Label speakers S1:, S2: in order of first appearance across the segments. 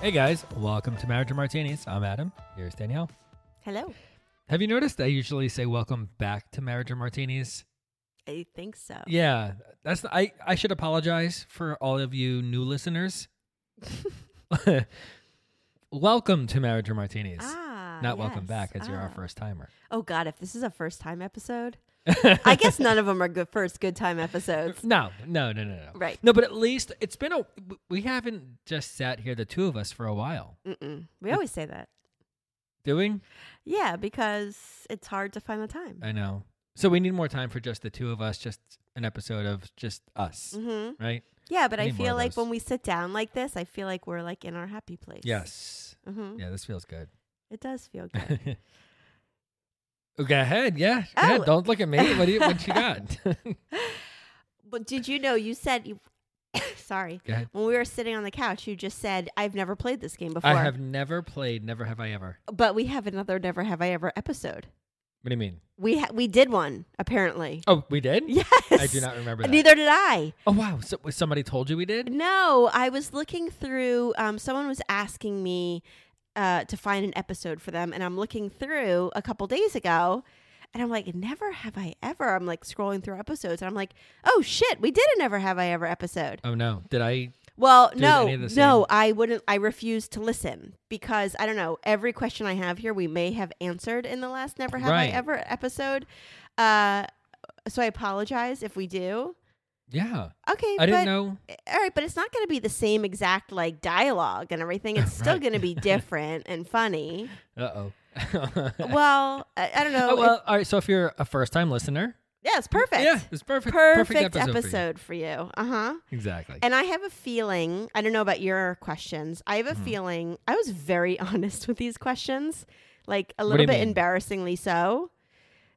S1: Hey guys, welcome to Marriage and Martinis. I'm Adam. Here's Danielle.
S2: Hello.
S1: Have you noticed I usually say welcome back to Marriage and Martinis?
S2: I think so.
S1: Yeah, that's the, I. I should apologize for all of you new listeners. welcome to Marriage and Martinis.
S2: Ah,
S1: Not welcome
S2: yes.
S1: back as you're our
S2: Ah.
S1: first timer.
S2: Oh God, if this is a first time episode, I guess none of them are good first good time episodes.
S1: No, no, no, no, no.
S2: Right.
S1: No, but at least it's been a. We haven't just sat here, the two of us, for a while.
S2: Mm-mm. We always say that.
S1: Doing?
S2: Yeah, because it's hard to find the time.
S1: I know. So we need more time for just the two of us, just an episode of just us,
S2: hmm
S1: right?
S2: Yeah, but
S1: I
S2: I
S1: need more
S2: feel
S1: of
S2: like
S1: those.
S2: when we sit down like this, I feel like we're like in our happy place.
S1: Yes.
S2: hmm
S1: Yeah, this feels good.
S2: It does feel good.
S1: Oh, Go ahead. Yeah. Yeah.
S2: Oh.
S1: Don't look at me. What do you, what you got? Go
S2: but did you know you said you? sorry.
S1: ahead.
S2: When we were sitting on the couch, you just said, "I've never played this game before."
S1: I have never played. Never have I ever.
S2: but we have another "Never Have I Ever" episode.
S1: What do you mean?
S2: We ha- we did one apparently.
S1: Oh, we did.
S2: Yes.
S1: I do not remember that.
S2: Neither did I.
S1: Oh wow. So somebody told you we did.
S2: No, I was looking through. Um, someone was asking me uh, to find an episode for them, and I'm looking through a couple days ago, and I'm like, never have I ever. I'm like scrolling through episodes, and I'm like, oh shit, we did a never have I ever episode.
S1: Oh no. Did I?
S2: Well,
S1: Did
S2: no,
S1: any of the
S2: no,
S1: same-
S2: I wouldn't. I refuse to listen because I don't know. Every question I have here, we may have answered in the last never have
S1: Right.
S2: I ever episode. Uh, so I apologize if we do.
S1: Yeah.
S2: Okay,
S1: I
S2: but-
S1: didn't know.
S2: all right, but it's not going to be the same exact like dialogue and everything. It's still
S1: Right.
S2: going to be different and funny.
S1: Uh oh.
S2: Well, I, I don't know.
S1: Oh, well, all right. So if you're a first-time listener,
S2: yeah, it's perfect.
S1: yeah, it's perfect.
S2: perfect,
S1: for you.
S2: episode, for you. Uh huh.
S1: Exactly.
S2: And I have a feeling. I don't know about your questions. I have
S1: Mm-hmm.
S2: a feeling. I was very honest with these questions, like
S1: What
S2: a
S1: do
S2: little
S1: you
S2: bit
S1: mean?
S2: embarrassingly so.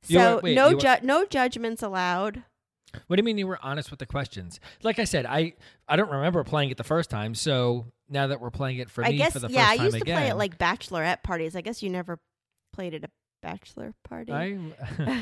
S1: You
S2: So
S1: were- wait,
S2: no
S1: you were-
S2: ju- no judgments allowed.
S1: What do you mean you were honest with the questions? Like I said, I I don't remember playing it the first time, so now that we're playing it for
S2: I
S1: me
S2: guess.
S1: for the
S2: Yeah,
S1: first
S2: I
S1: time
S2: used to
S1: again,
S2: play it like bachelorette parties. I guess you never played at a bachelor party.
S1: I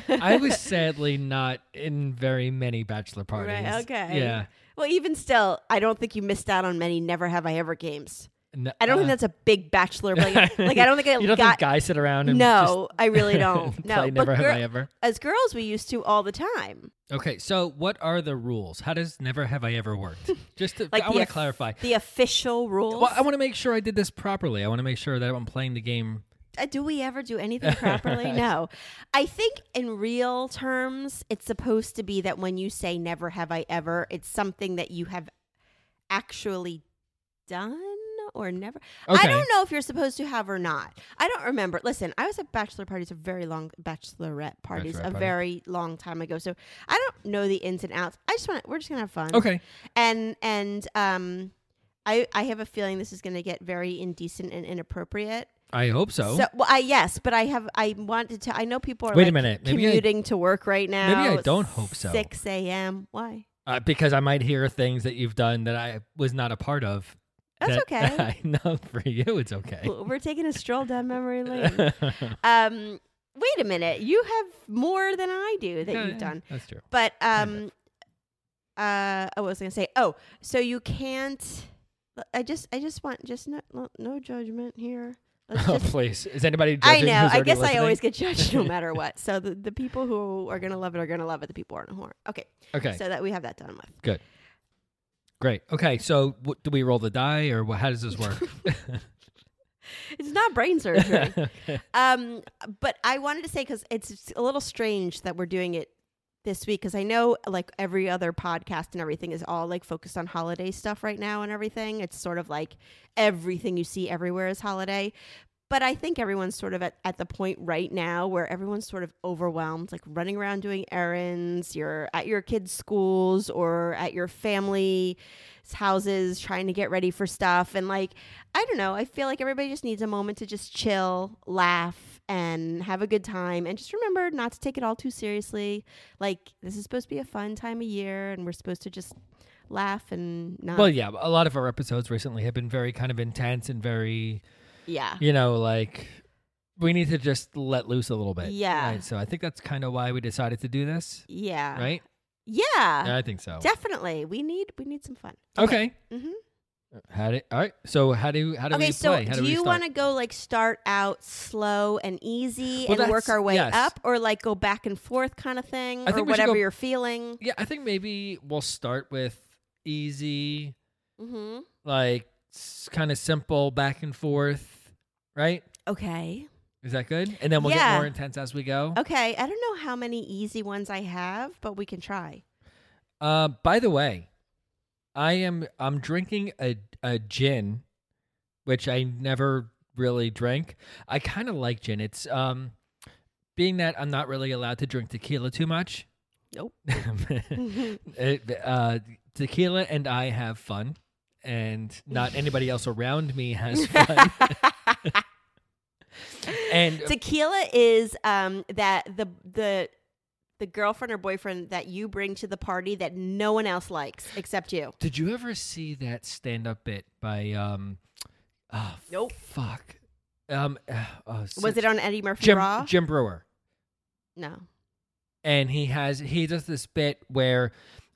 S1: I was sadly not in very many bachelor parties.
S2: okay.
S1: Yeah.
S2: Well, even still, I don't think you missed out on many Never Have I Ever games.
S1: N-
S2: I don't think
S1: uh,
S2: that's a big bachelor. Like, like I don't think I
S1: you don't
S2: got.
S1: think guys sit around and
S2: no, I
S1: just
S2: really don't. No,
S1: play
S2: but
S1: never have
S2: gir-
S1: I ever.
S2: as girls, we used to all the time.
S1: Okay, so what are the rules? How does never have I ever worked? Just to,
S2: Like
S1: I
S2: the
S1: want to
S2: eff-
S1: clarify.
S2: The official rules.
S1: Well, I want to make sure I did this properly. I want to make sure that I'm playing the game.
S2: Uh, do we ever do anything properly? No. I think in real terms, it's supposed to be that when you say never have I ever, it's something that you have actually done or never. I
S1: Okay.
S2: don't know if you're supposed to have or not. I don't remember. Listen, I was at bachelor parties a very long bachelorette parties
S1: Bachelorette
S2: a
S1: party.
S2: very long time ago. So I don't know the ins and outs. I just want to we're just going to have fun.
S1: Okay.
S2: And and um I I have a feeling this is going to get very indecent and inappropriate.
S1: I hope so.
S2: So, well, I yes, but I have. I wanted to. I know people are.
S1: Wait a
S2: like,
S1: minute. Maybe I-
S2: commuting to work right now.
S1: Maybe I don't hope so.
S2: Six a.m. Why?
S1: uh, because I might hear things that you've done that I was not a part of.
S2: That's
S1: that-
S2: okay.
S1: I know for you, it's okay.
S2: Well, We're taking a stroll down memory lane. Um, wait a minute. You have more than I do that
S1: Yeah,
S2: you've
S1: yeah,
S2: done,
S1: That's true.
S2: but
S1: Kind
S2: um, Uh, oh, what was I gonna say? Oh, so you can't. I just, I just want just no, no, no judgment here. Let's
S1: Oh,
S2: just-
S1: please. Is anybody
S2: I
S1: judging
S2: know.
S1: who's
S2: I
S1: already
S2: guess I
S1: listening?
S2: always get judged no matter what. So the, the people who are gonna love it are gonna love it. The people who aren't who aren't. Okay,
S1: Okay,
S2: so that we have that done with.
S1: great. Okay, so what, do we roll the die or what, how does this work?
S2: It's not brain surgery. um, but I wanted to say because it's a little strange that we're doing it this week because I know like every other podcast and everything is all like focused on holiday stuff right now and everything. It's sort of like everything you see everywhere is holiday. But I think everyone's sort of at, at the point right now where everyone's sort of overwhelmed, like running around doing errands. You're at your kids' schools or at your family's houses trying to get ready for stuff. And like, I don't know. I feel like everybody just needs a moment to just chill, laugh, and have a good time. And just remember not to take it all too seriously. Like, this is supposed to be a fun time of year, and we're supposed to just laugh and not.
S1: well, yeah, a lot of our episodes recently have been very kind of intense and very,
S2: yeah.
S1: you know, like we need to just let loose a little bit.
S2: Yeah.
S1: Right? So I think that's kind of why we decided to do this,
S2: Yeah. Uh,
S1: right?
S2: Yeah.
S1: Yeah, I think so.
S2: Definitely. We need we need some fun.
S1: Okay.
S2: hmm
S1: How do, all right. So how do how do
S2: Okay,
S1: we
S2: so
S1: play? How
S2: do,
S1: we
S2: you
S1: start?
S2: want to go like start out slow and easy
S1: Well,
S2: and work
S1: that's-
S2: our way
S1: yes.
S2: up or like go back and forth kind of thing
S1: I
S2: or
S1: think we should
S2: whatever
S1: go-
S2: you're feeling?
S1: Yeah, I think maybe we'll start with easy,
S2: Mhm.
S1: like s- kind of simple back and forth, right?
S2: Okay.
S1: Is that good? And then we'll
S2: Yeah.
S1: get more intense as we go.
S2: Okay, I don't know how many easy ones I have, but we can try.
S1: Uh, by the way, I am I'm drinking a a gin, which I never really drink. I kind of like gin. It's um, being that I'm not really allowed to drink tequila too much.
S2: Nope.
S1: It- uh, tequila and I have fun, and not anybody else around me has fun. and uh,
S2: Tequila is um that the the the girlfriend or boyfriend that you bring to the party that no one else likes except you.
S1: Did you ever see that stand up bit by um oh,
S2: Nope.
S1: fuck. Um oh,
S2: Was it on Eddie Murphy
S1: Jim
S2: Raw?
S1: Jim Brewer.
S2: No.
S1: And he has he does this bit where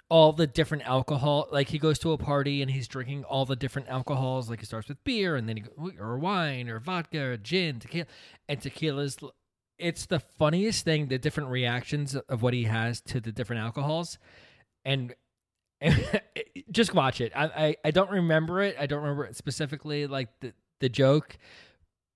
S1: all the different alcohol like he goes to a party and he's drinking all the different alcohols like he starts with beer and then he go- or wine or vodka or gin tequila and tequila's l- it's the funniest thing the different reactions of what he has to the different alcohols and just watch it. I, I I don't remember it. I don't remember it specifically like the the joke,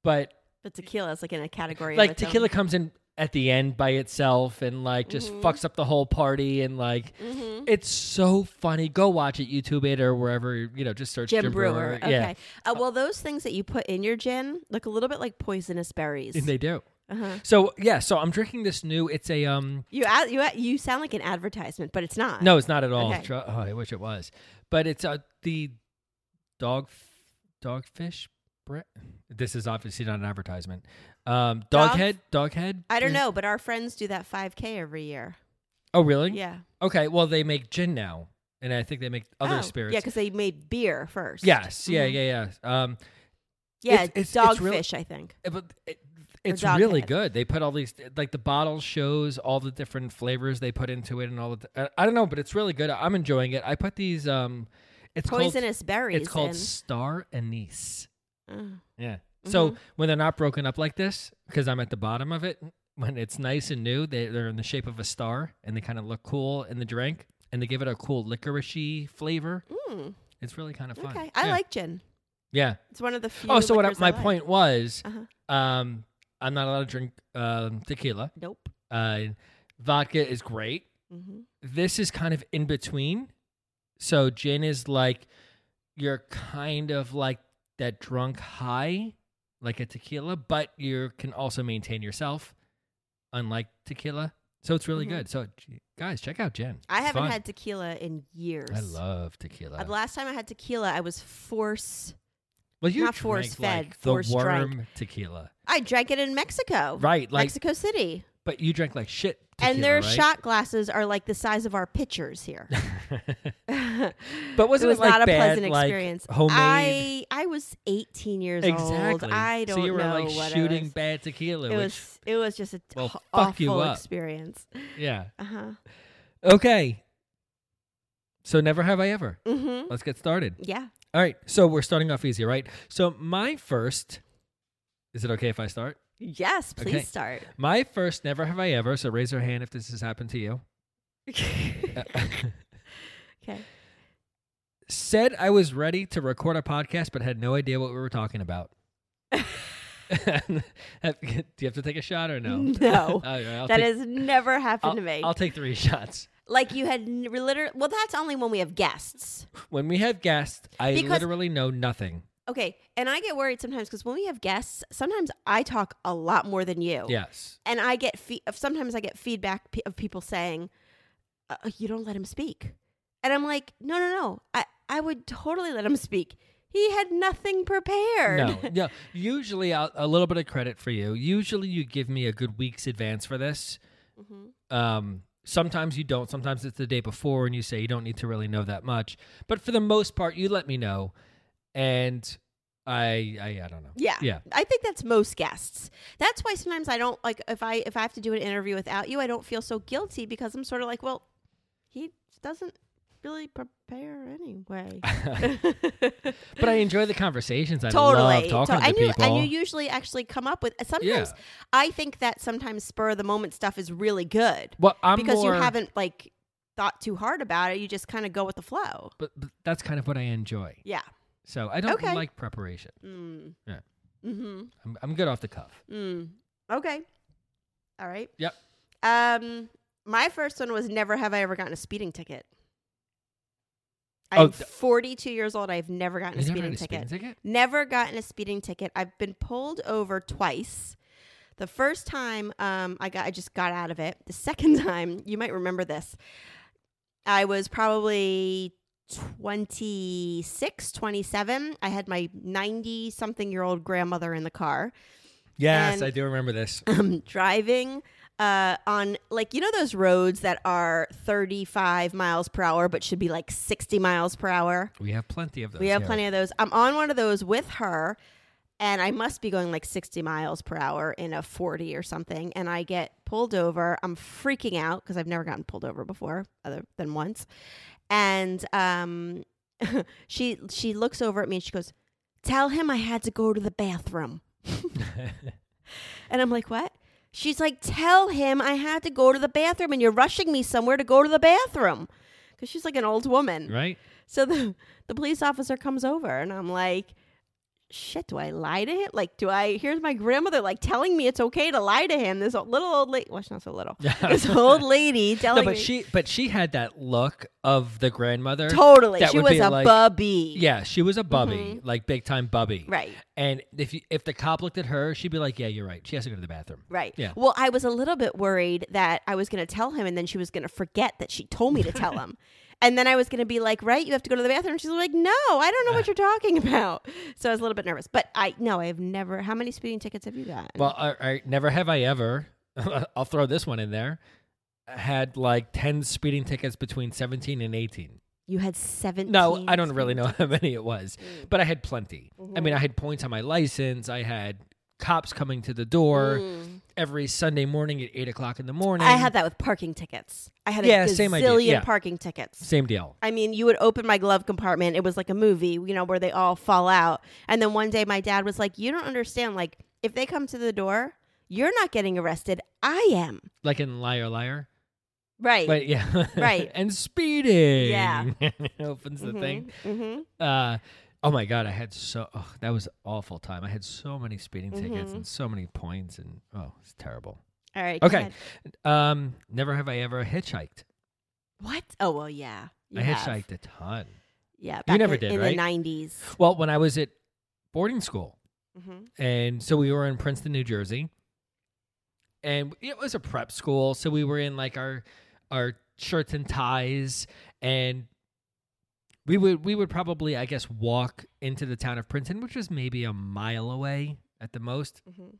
S1: but
S2: But tequila is like in a category. of
S1: like
S2: its own.
S1: tequila comes in at the end by itself and like just
S2: Mhm.
S1: fucks up the whole party and like
S2: Mhm.
S1: it's so funny. Go watch it, YouTube it or wherever you know. Just search
S2: Jim,
S1: Jim,
S2: Brewer. Okay.
S1: Yeah,
S2: Uh, well, those things that you put in your gin look a little bit like poisonous berries.
S1: and they do.
S2: uh-huh.
S1: So yeah, so I'm drinking this new. It's a um.
S2: You ad- you ad- you sound like an advertisement, but it's not.
S1: No, it's not at all.
S2: Okay.
S1: Tru- Oh, I wish it was, but it's uh, the dog f- dogfish. Bre- this is obviously not an advertisement. Um,
S2: Dog-
S1: doghead, doghead.
S2: I don't
S1: is-
S2: know, but our friends do that 5K every year.
S1: Oh, really?
S2: Yeah.
S1: Okay. Well, they make gin now, and I think they make other
S2: Oh,
S1: spirits.
S2: Yeah, because they made beer first.
S1: yes. Yeah.
S2: Mhm.
S1: Yeah. Yeah. Um,
S2: Yeah,
S1: It's- it's- it's real-
S2: dogfish, I think.
S1: it- but it, it's
S2: dog
S1: really
S2: head.
S1: good. They put all these like the bottle shows all the different flavors they put into it and all the. I- I don't know, but it's really good. I'm enjoying it. I put these um, it's
S2: Poisonous
S1: called
S2: berries.
S1: it's called
S2: in- uh,
S1: star anise.
S2: Ugh.
S1: Yeah. So
S2: Mhm.
S1: when they're not broken up like this, because I'm at the bottom of it, when it's nice and new, they, they're in the shape of a star and they kind of look cool in the drink and they give it a cool licoricey flavor.
S2: Mm,
S1: It's really kind of fun.
S2: okay, I
S1: yeah.
S2: like gin.
S1: Yeah.
S2: It's one of the few.
S1: Oh, so what I,
S2: liquors I
S1: my
S2: like.
S1: point was,
S2: Uh-huh.
S1: um, I'm not allowed to drink um, tequila.
S2: Nope.
S1: Uh, vodka is great.
S2: hmm
S1: This is kind of in between. So gin is like you're kind of like that drunk high, like a tequila, but you can also maintain yourself, unlike tequila. So it's really
S2: Mhm.
S1: good. So g- guys, check out gin.
S2: I
S1: It's
S2: haven't
S1: fun.
S2: had tequila in years.
S1: I love tequila.
S2: Uh, The last time I had tequila, I was force.
S1: well, you
S2: not
S1: drank,
S2: force-fed,
S1: like,
S2: force
S1: the
S2: drank. Oh,
S1: worm tequila,
S2: I drank it in Mexico.
S1: right? Like,
S2: Mexico City.
S1: but you drank like shit.
S2: and
S1: tequila,
S2: their
S1: right?
S2: shot glasses are like the size of our pitchers here.
S1: but wasn't
S2: it was
S1: like
S2: not a
S1: bad,
S2: pleasant
S1: like,
S2: experience.
S1: homemade.
S2: I I was 18 years old.
S1: exactly.
S2: I don't
S1: so you were
S2: know
S1: like
S2: what I
S1: shooting
S2: was.
S1: bad tequila.
S2: It
S1: which,
S2: was it was just a
S1: will
S2: t-
S1: fuck you
S2: awful Uh-huh.
S1: up.
S2: experience.
S1: yeah.
S2: Uh huh.
S1: Okay. So never have I ever.
S2: Mm-hmm.
S1: Let's get started.
S2: Yeah.
S1: All right. So we're starting off easy, right? So my first. Is it okay if I start?
S2: Yes. Please
S1: Okay.
S2: start.
S1: My first never have I ever. So raise your hand if this has happened to you. Uh,
S2: okay.
S1: said I was ready to record a podcast, but had no idea what we were talking about. Do you have to take a shot or no?
S2: No.
S1: All right, I'll
S2: That
S1: take-
S2: has never happened
S1: I'll-
S2: to me.
S1: I'll take three shots.
S2: like you had n- literally. Well, that's only when we have guests.
S1: When we have guests, I
S2: Because-
S1: literally know nothing.
S2: Okay. And I get worried sometimes because when we have guests, sometimes I talk a lot more than you.
S1: Yes.
S2: And I get fe- uh, sometimes I get feedback pe- of people saying, uh, "You don't let him speak," and I'm like, "No, no, no. I I would totally let him speak. He had nothing prepared."
S1: No. No. Usually, I'll, a little bit of credit for you. Usually, you give me a good week's advance for this.
S2: hmm
S1: Um, sometimes you don't. Sometimes it's the day before, and you say you don't need to really know that much. But for the most part, you let me know, and I, I, I don't know.
S2: Yeah.
S1: Yeah.
S2: I think that's most guests. That's why sometimes I don't like if I if I have to do an interview without you, I don't feel so guilty because I'm sort of like, well, he doesn't really prepare anyway.
S1: but I enjoy the conversations. I love
S2: totally.
S1: talking
S2: To-
S1: to
S2: I knew
S1: people.
S2: I knew you usually actually come up with uh, sometimes
S1: Yeah.
S2: I think that sometimes spur of the moment stuff is really good
S1: well, I'm
S2: because
S1: more,
S2: you haven't like thought too hard about it. You just kind of go with the flow.
S1: But, but that's kind of what I enjoy.
S2: Yeah.
S1: So I don't
S2: Okay.
S1: like preparation.
S2: Mm.
S1: Yeah.
S2: Mm-hmm.
S1: I'm, I'm good off the cuff.
S2: Mm. Okay. All right.
S1: Yep.
S2: Um, my first one was never have I ever gotten a speeding ticket.
S1: Oh,
S2: I'm
S1: th-
S2: 42 years old. I've never gotten a
S1: You never
S2: speeding
S1: had a
S2: ticket.
S1: speeding ticket?
S2: Never gotten a speeding ticket. I've been pulled over twice. The first time, um, I got I just got out of it. The second time, you might remember this. I was probably 26, 27. I had my 90 something year old grandmother in the car
S1: Yes,
S2: And-
S1: I do remember this.
S2: um, driving uh, on like you know those roads that are 35 miles per hour but should be like 60 miles per hour
S1: We have plenty of those.
S2: we have
S1: here.
S2: plenty of those i'm on one of those with her and i must be going like 60 miles per hour in a 40 or something and i get pulled over i'm freaking out because i've never gotten pulled over before other than once and um, she she looks over at me and she goes tell him i had to go to the bathroom and I'm like, what? She's like, tell him I had to go to the bathroom and you're rushing me somewhere to go to the bathroom. Because she's like an old woman.
S1: Right?
S2: So the, the police officer comes over and I'm like, shit, do I lie to him? Like, do I, here's my grandmother like telling me it's okay to lie to him. This old- little old lady, well, she's not so little. this old lady
S1: No,
S2: telling
S1: but
S2: me.
S1: she but she had that look of the grandmother.
S2: totally.
S1: that
S2: She
S1: would
S2: was
S1: be
S2: a
S1: like-
S2: bubby.
S1: Yeah, she was a bubby, like big time bubby.
S2: Mm-hmm. Right.
S1: And if you, if the cop looked at her, she'd be like, "Yeah, you're right. She has to go to the bathroom."
S2: Right.
S1: Yeah.
S2: Well, I was a little bit worried that I was going to tell him and then she was going to forget that she told me to tell him. And then I was going to be like, right, you have to go to the bathroom. She's like, no, I don't know what you're talking about. So I was a little bit nervous. But I, no, I have never, how many speeding tickets have you gotten?
S1: Well, all right, never have I ever. I'll throw this one in there. Had like ten speeding tickets between seventeen and eighteen.
S2: you had 17.
S1: No, I don't really
S2: speeding
S1: know how many it was,
S2: Mm.
S1: but I had plenty. I
S2: Mm-hmm.
S1: mean, I had points on my license. I had cops coming to the door every Sunday morning at eight o'clock in the morning.
S2: Mm. I had that with parking tickets. I had
S1: Yeah,
S2: a
S1: same idea.
S2: gazillion
S1: Yeah.
S2: parking tickets.
S1: same deal.
S2: I mean, you would open my glove compartment. It was like a movie, you know, where they all fall out. And then one day my dad was like, You don't understand. Like, if they come to the door, you're not getting arrested. I am.
S1: Like in Liar Liar.
S2: Right.
S1: But yeah.
S2: Right.
S1: and speeding.
S2: Yeah.
S1: Opens the
S2: Mhm,
S1: thing.
S2: mhm.
S1: Uh oh my god, I had so oh, that was awful time. I had so many speeding tickets
S2: Mhm.
S1: and so many points and oh, it's terrible.
S2: All right. go
S1: Okay.
S2: ahead.
S1: Um never have I ever hitchhiked.
S2: What? Oh, well, yeah. You
S1: I
S2: have.
S1: hitchhiked a ton.
S2: Yeah. Back
S1: never
S2: in,
S1: did,
S2: In
S1: right?
S2: the 90s.
S1: Well, when I was at boarding school, Mm-hmm,
S2: Mhm.
S1: and so we were in Princeton, New Jersey, and it was a prep school, so we were in like our our shirts and ties, and we would we would probably I guess walk into the town of Princeton, which was maybe a mile away at the most.
S2: Mhm.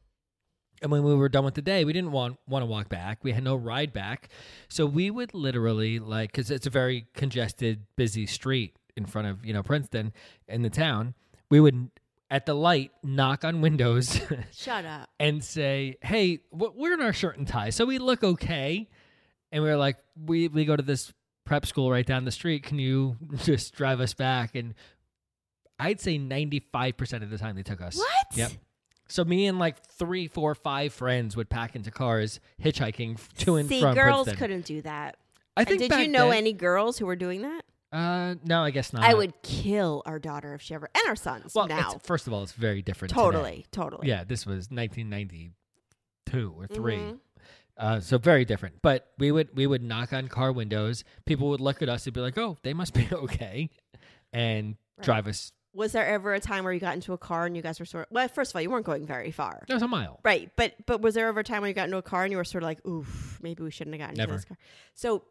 S1: And when we were done with the day, we didn't want want to walk back. We had no ride back, so we would literally like because it's a very congested, busy street in front of you know Princeton in the town. We would at the light knock on windows
S2: Shut up.
S1: and say, "Hey, w- we're in our shirt and tie, so we look okay." And we were like, "We we go to this prep school right down the street. Can you just drive us back? And I'd say 95% of the time they took us.
S2: What?
S1: Yep. So me and like three, four, five friends would pack into cars hitchhiking f- to and
S2: See,
S1: from.
S2: girls
S1: Princeton.
S2: couldn't do that.
S1: I
S2: And
S1: think.
S2: did
S1: back
S2: you know
S1: then-
S2: any girls who were doing that?
S1: Uh, no, I guess not.
S2: I would kill our daughter if she ever and our sons
S1: Well,
S2: now.
S1: it's- first of all, it's very different. today.
S2: Totally, totally.
S1: Yeah, this was 1992 or 3
S2: Mhm.
S1: Uh, so very different. But we would we would knock on car windows. People would look at us and be like, "Oh, they must be okay," and
S2: Right.
S1: drive us.
S2: Was there ever a time where you got into a car and you guys were sort of well, first of all, you weren't going very far.
S1: That was a mile.
S2: Right, but but was there ever a time when you got into a car and you were sort of like, oof, maybe we shouldn't have gotten into
S1: Never.
S2: this car? So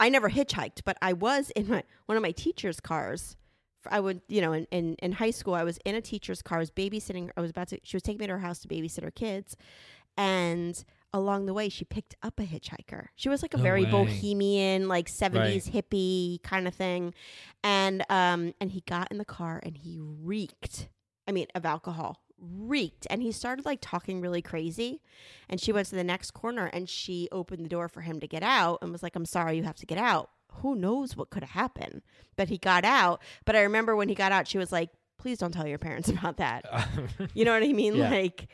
S2: I never hitchhiked, but I was in my one of my teacher's cars. I would, you know, in, in, in high school, I was in a teacher's car. I was babysitting. I was about to, she was taking me to her house to babysit her kids. And along the way, she picked up a hitchhiker. She was like a
S1: No
S2: very
S1: way.
S2: bohemian, like 70s hippie kind of thing. And, um, and he got in the car and he reeked. I mean, of alcohol reeked and he started like talking really crazy and she went to the next corner and she opened the door for him to get out and was like i'm sorry you have to get out who knows what could have happened but he got out but i remember when he got out she was like please don't tell your parents about that you know what i mean
S1: Yeah.
S2: like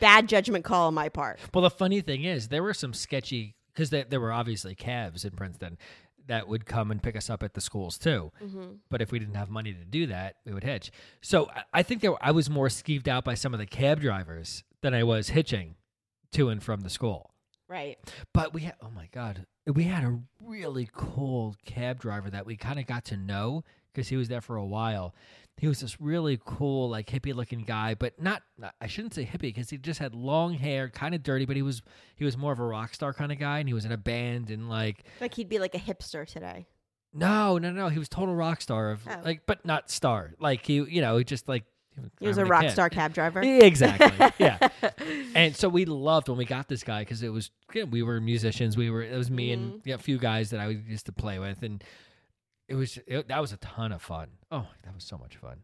S2: bad judgment call on my part
S1: well, the funny thing is, there were some sketchy because there, there were obviously cabs in Princeton that would come and pick us up at the schools too. But if we didn't have money to do that, we would hitch. So I- I think there I was more skeeved out by some of the cab drivers than I was hitching to and from the school.
S2: right
S1: But we had, oh my God, we had a really cool cab driver that we kind of got to know because he was there for a while. He was this really cool, like hippie looking guy, but not, I shouldn't say hippie because he just had long hair, kind of dirty, but he was, he was more of a rock star kind of guy and he was in a band and like,
S2: like he'd be like a hipster today
S1: no, no, no, he was total rock star of
S2: Oh.
S1: like, but not star. Like he, you know, he just like,
S2: he was a
S1: driving
S2: rock
S1: cab.
S2: star cab driver
S1: E-, Exactly. Yeah. And so we loved when we got this guy because it was yeah, we were musicians. We were it was me and
S2: Mm-hmm.
S1: yeah, a few guys that I used to play with, and it was it, that was a ton of fun. Oh, that was so much fun.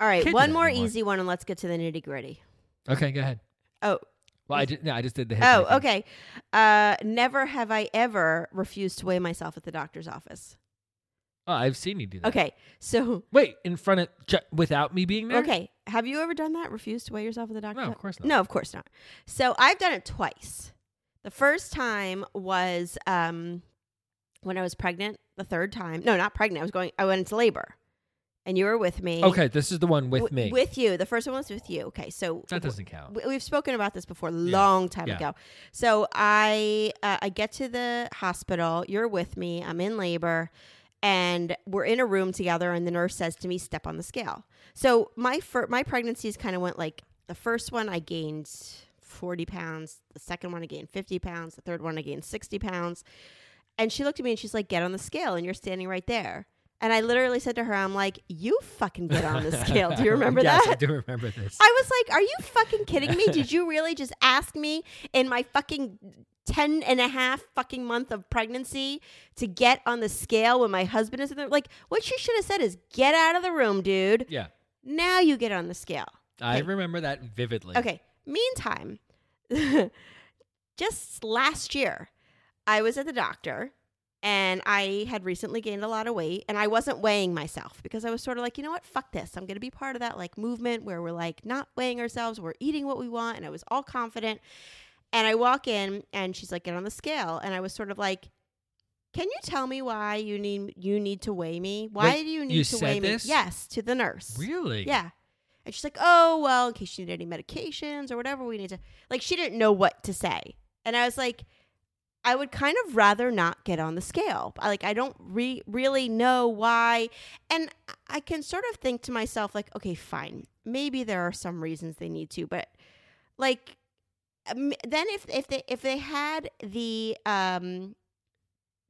S2: all right
S1: Can't do
S2: one
S1: that
S2: more
S1: anymore.
S2: easy one and let's get to the nitty gritty
S1: Okay, go ahead.
S2: oh
S1: Well, I did. No, I just did the. hitchhiking.
S2: Oh, okay. Uh, never have I ever refused to weigh myself at the doctor's office.
S1: Oh, I've seen you do that.
S2: Okay, so
S1: Wait, in front of ju- without me being there.
S2: okay, have you ever done that? Refused to weigh yourself at the doctor's?
S1: No, of
S2: office?
S1: course not.
S2: No, of course not. So I've done it twice. The first time was um, when I was pregnant. The third time, no, not pregnant. I was going. I went into labor, and you were with me.
S1: Okay, this is the one with
S2: W-
S1: me.
S2: With you. The first one was with you. Okay, so
S1: that doesn't count.
S2: we, we've spoken about this before long time
S1: Yeah.
S2: ago so i uh, i get to the hospital you're with me i'm in labor and we're in a room together and the nurse says to me step on the scale so my fir- my pregnancies kind of went like the first one i gained 40 pounds the second one i gained 50 pounds the third one i gained 60 pounds and she looked at me and she's like get on the scale and you're standing right there and i literally said to her i'm like you fucking get on the scale do you remember
S1: yes,
S2: that
S1: I do remember this.
S2: I was like, are you fucking kidding me? Did you really just ask me in my fucking 10 and a half fucking month of pregnancy to get on the scale when my husband is in the Like, what she should have said is, get out of the room, dude.
S1: yeah,
S2: Now you get on the scale.
S1: I
S2: Okay.
S1: remember that vividly.
S2: Okay. Meantime, just last year, I was at the doctor and I had recently gained a lot of weight and I wasn't weighing myself because I was sort of like, you know what, fuck this. I'm going to be part of that like movement where we're like not weighing ourselves, we're eating what we want. And I was all confident. And I walk in and she's like, get on the scale. And I was sort of like, can you tell me why you need you need to weigh me? Why
S1: Wait,
S2: do you need
S1: you
S2: to
S1: said
S2: weigh
S1: this?
S2: me? Yes, to the nurse.
S1: Really?
S2: Yeah. And she's like, oh, well, in case you need any medications or whatever, we need to. Like, she didn't know what to say. And I was like, I would kind of rather not get on the scale. I- Like, I don't re- really know why. And I can sort of think to myself, like, okay, fine. Maybe there are some reasons they need to, but like, um, then if if they if they had the um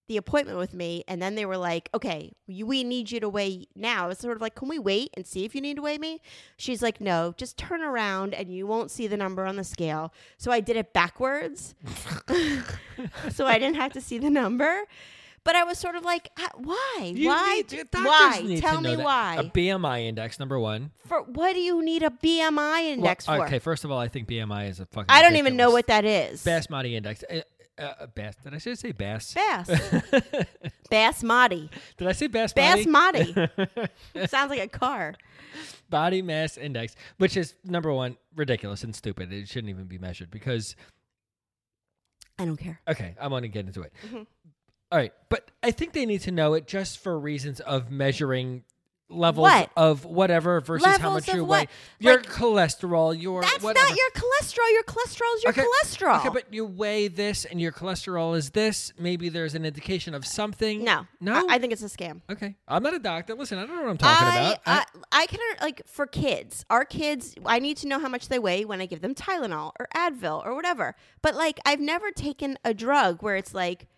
S2: the appointment with me and then they were like okay you, we need you to weigh now it's sort of like can we wait and see if you need to weigh me she's like no just turn around and you won't see the number on the scale so i did it backwards so i didn't have to see the number but i was sort of like "Ah, why
S1: You
S2: why
S1: need to-
S2: d-
S1: doctors
S2: why
S1: need to
S2: tell
S1: know
S2: me
S1: that.
S2: why
S1: A BMI index number one.
S2: for what do you need a bmi
S1: Well,
S2: index for
S1: Okay, first of all, I think BMI is a fucking.
S2: i don't even know
S1: ridiculous-
S2: what that is
S1: Basmati index. Uh, uh, Bass. Did I say say Bass?
S2: Bass. Bass Madi.
S1: Did I say Bass?
S2: Bass
S1: Body?
S2: Madi. Sounds like a car.
S1: body mass index, which is number one ridiculous and stupid. It shouldn't even be measured because
S2: I don't care.
S1: okay, I'm gonna get into it.
S2: Mhm.
S1: All right, but I think they need to know it just for reasons of measuring levels
S2: What?
S1: of whatever versus how
S2: Levels
S1: much
S2: of
S1: you
S2: what?
S1: weigh, your
S2: Like-
S1: cholesterol, your
S2: That's
S1: whatever.
S2: not your cholesterol. Your cholesterol is your
S1: Okay.
S2: cholesterol.
S1: Okay, but you weigh this and your cholesterol is this. Maybe there's an indication of something.
S2: no,
S1: No?
S2: I, I think it's a scam.
S1: Okay. I'm not a doctor. Listen, I don't know what I'm talking about. uh, I-
S2: I, uh, I can like for kids, our kids. I need to know how much they weigh when I give them Tylenol or Advil or whatever. But like, I've never taken a drug where it's like,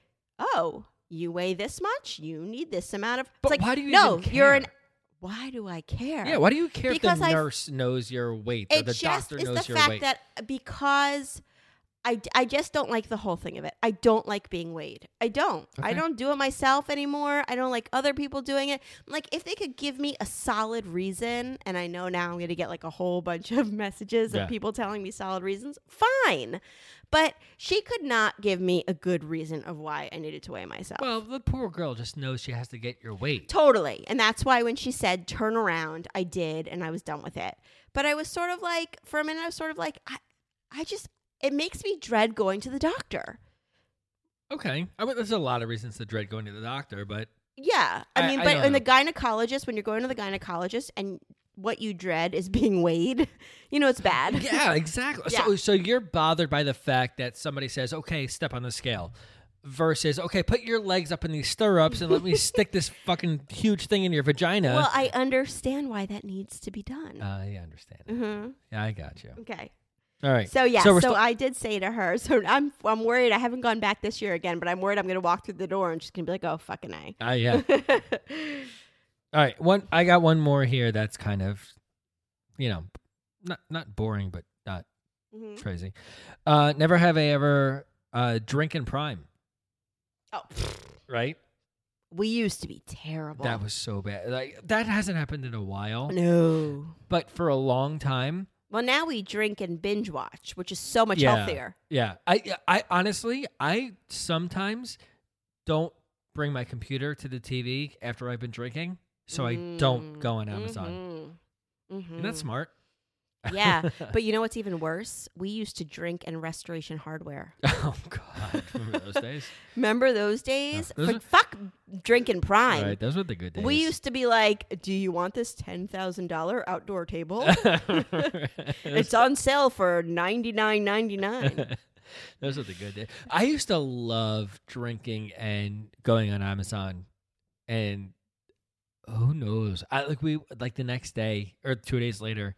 S2: oh, you weigh this much, you need this amount of. It's
S1: But
S2: like,
S1: why do you
S2: No,
S1: even
S2: you're an.
S1: care?
S2: Why do I care?
S1: yeah, why do you care if
S2: Because
S1: the
S2: I've-
S1: nurse knows your weight or
S2: It
S1: the
S2: just
S1: doctor
S2: is
S1: knows
S2: the
S1: your
S2: fact
S1: weight?
S2: that because. I, d- I just don't like the whole thing of it. I don't like being weighed. I don't. I
S1: Okay.
S2: don't do it myself anymore. I don't like other people doing it. Like, if they could give me a solid reason, and I know now I'm going to get like a whole bunch of messages
S1: Yeah.
S2: of people telling me solid reasons, fine. But she could not give me a good reason of why I needed to weigh myself.
S1: Well, the poor girl just knows she has to get your weight.
S2: Totally. And that's why when she said turn around, I did and I was done with it. But I was sort of like, for a minute, I was sort of like, I, I just, it makes me dread going to the doctor.
S1: Okay. I mean, there's a lot of reasons to dread going to the doctor, but
S2: Yeah.
S1: I-
S2: I mean,
S1: I
S2: but
S1: don't
S2: in the gynecologist, when you're going to the gynecologist and what you dread is being weighed, you know, it's bad.
S1: yeah, exactly. So,
S2: Yeah.
S1: so you're bothered by the fact that somebody says, "Okay, step on the scale," versus, "Okay, put your legs up in these stirrups and let me stick this fucking huge thing in your vagina." Uh,
S2: Well, I understand why that needs to be done.
S1: I understand.
S2: hmm
S1: Yeah, I got you.
S2: Okay.
S1: All right.
S2: So yeah,
S1: So
S2: so,
S1: we're still-
S2: I did say to her, so I'm I'm worried I haven't gone back this year again, but I'm worried I'm gonna walk through the door and she's gonna be like, Oh fucking A.
S1: Ah, yeah. All right. One. I got one more here. That's kind of, you know, not not boring, but not
S2: Mhm.
S1: crazy. Uh, never have I ever uh, drink and prime.
S2: Oh, pfft.
S1: Right.
S2: we used to be terrible.
S1: That was so bad. Like that hasn't happened in a while,
S2: no.
S1: but for a long time.
S2: Well, now we drink and binge watch, which is so much
S1: Yeah.
S2: healthier.
S1: Yeah. I I honestly I sometimes don't bring my computer to the TV after I've been drinking, so I
S2: Mm-hmm.
S1: don't go
S2: Mm,
S1: on Amazon.
S2: hmm
S1: Isn't that smart?
S2: yeah, but you know what's even worse? We used to drink and Restoration Hardware.
S1: oh God, remember those days?
S2: Remember those days?
S1: Those
S2: For-
S1: are-
S2: fuck drinking prime.
S1: Right, those were the good days.
S2: We used to be like, "Do you want this ten thousand dollar outdoor table?
S1: those,
S2: it's on sale for ninety nine ninety nine.
S1: those were the good days. I used to love drinking and going on Amazon, and who knows? I like we like the next day or two days later.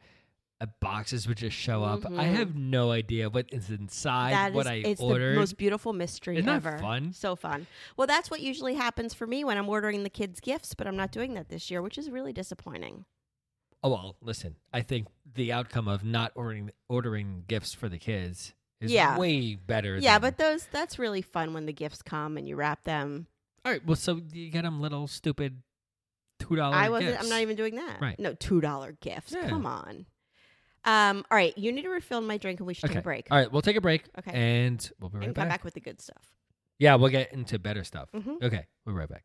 S1: uh, Boxes would just show up. I
S2: Mhm.
S1: have no idea what is inside,
S2: That is,
S1: what I
S2: it's
S1: ordered.
S2: the most beautiful mystery
S1: Isn't that
S2: ever.
S1: fun?
S2: So fun. Well, that's what usually happens for me when I'm ordering the kids gifts, but I'm not doing that this year, which is really disappointing.
S1: Oh well, listen. I think the outcome of not ordering ordering gifts for the kids is
S2: Yeah.
S1: way better.
S2: Yeah,
S1: than-
S2: but those that's really fun when the gifts come and you wrap them.
S1: all right. Well, so you get them little stupid two dollar.
S2: I wasn't I'm not even doing that.
S1: Oh, Right.
S2: No, two dollar gifts.
S1: Yeah.
S2: Come on. Um, all right, you need to refill my drink and we should
S1: Okay.
S2: take a break.
S1: All right, we'll take a break.
S2: Okay.
S1: and we'll be right
S2: and
S1: back.
S2: come back with the good stuff.
S1: Yeah, we'll get into better stuff.
S2: Mhm.
S1: Okay, we'll be right back.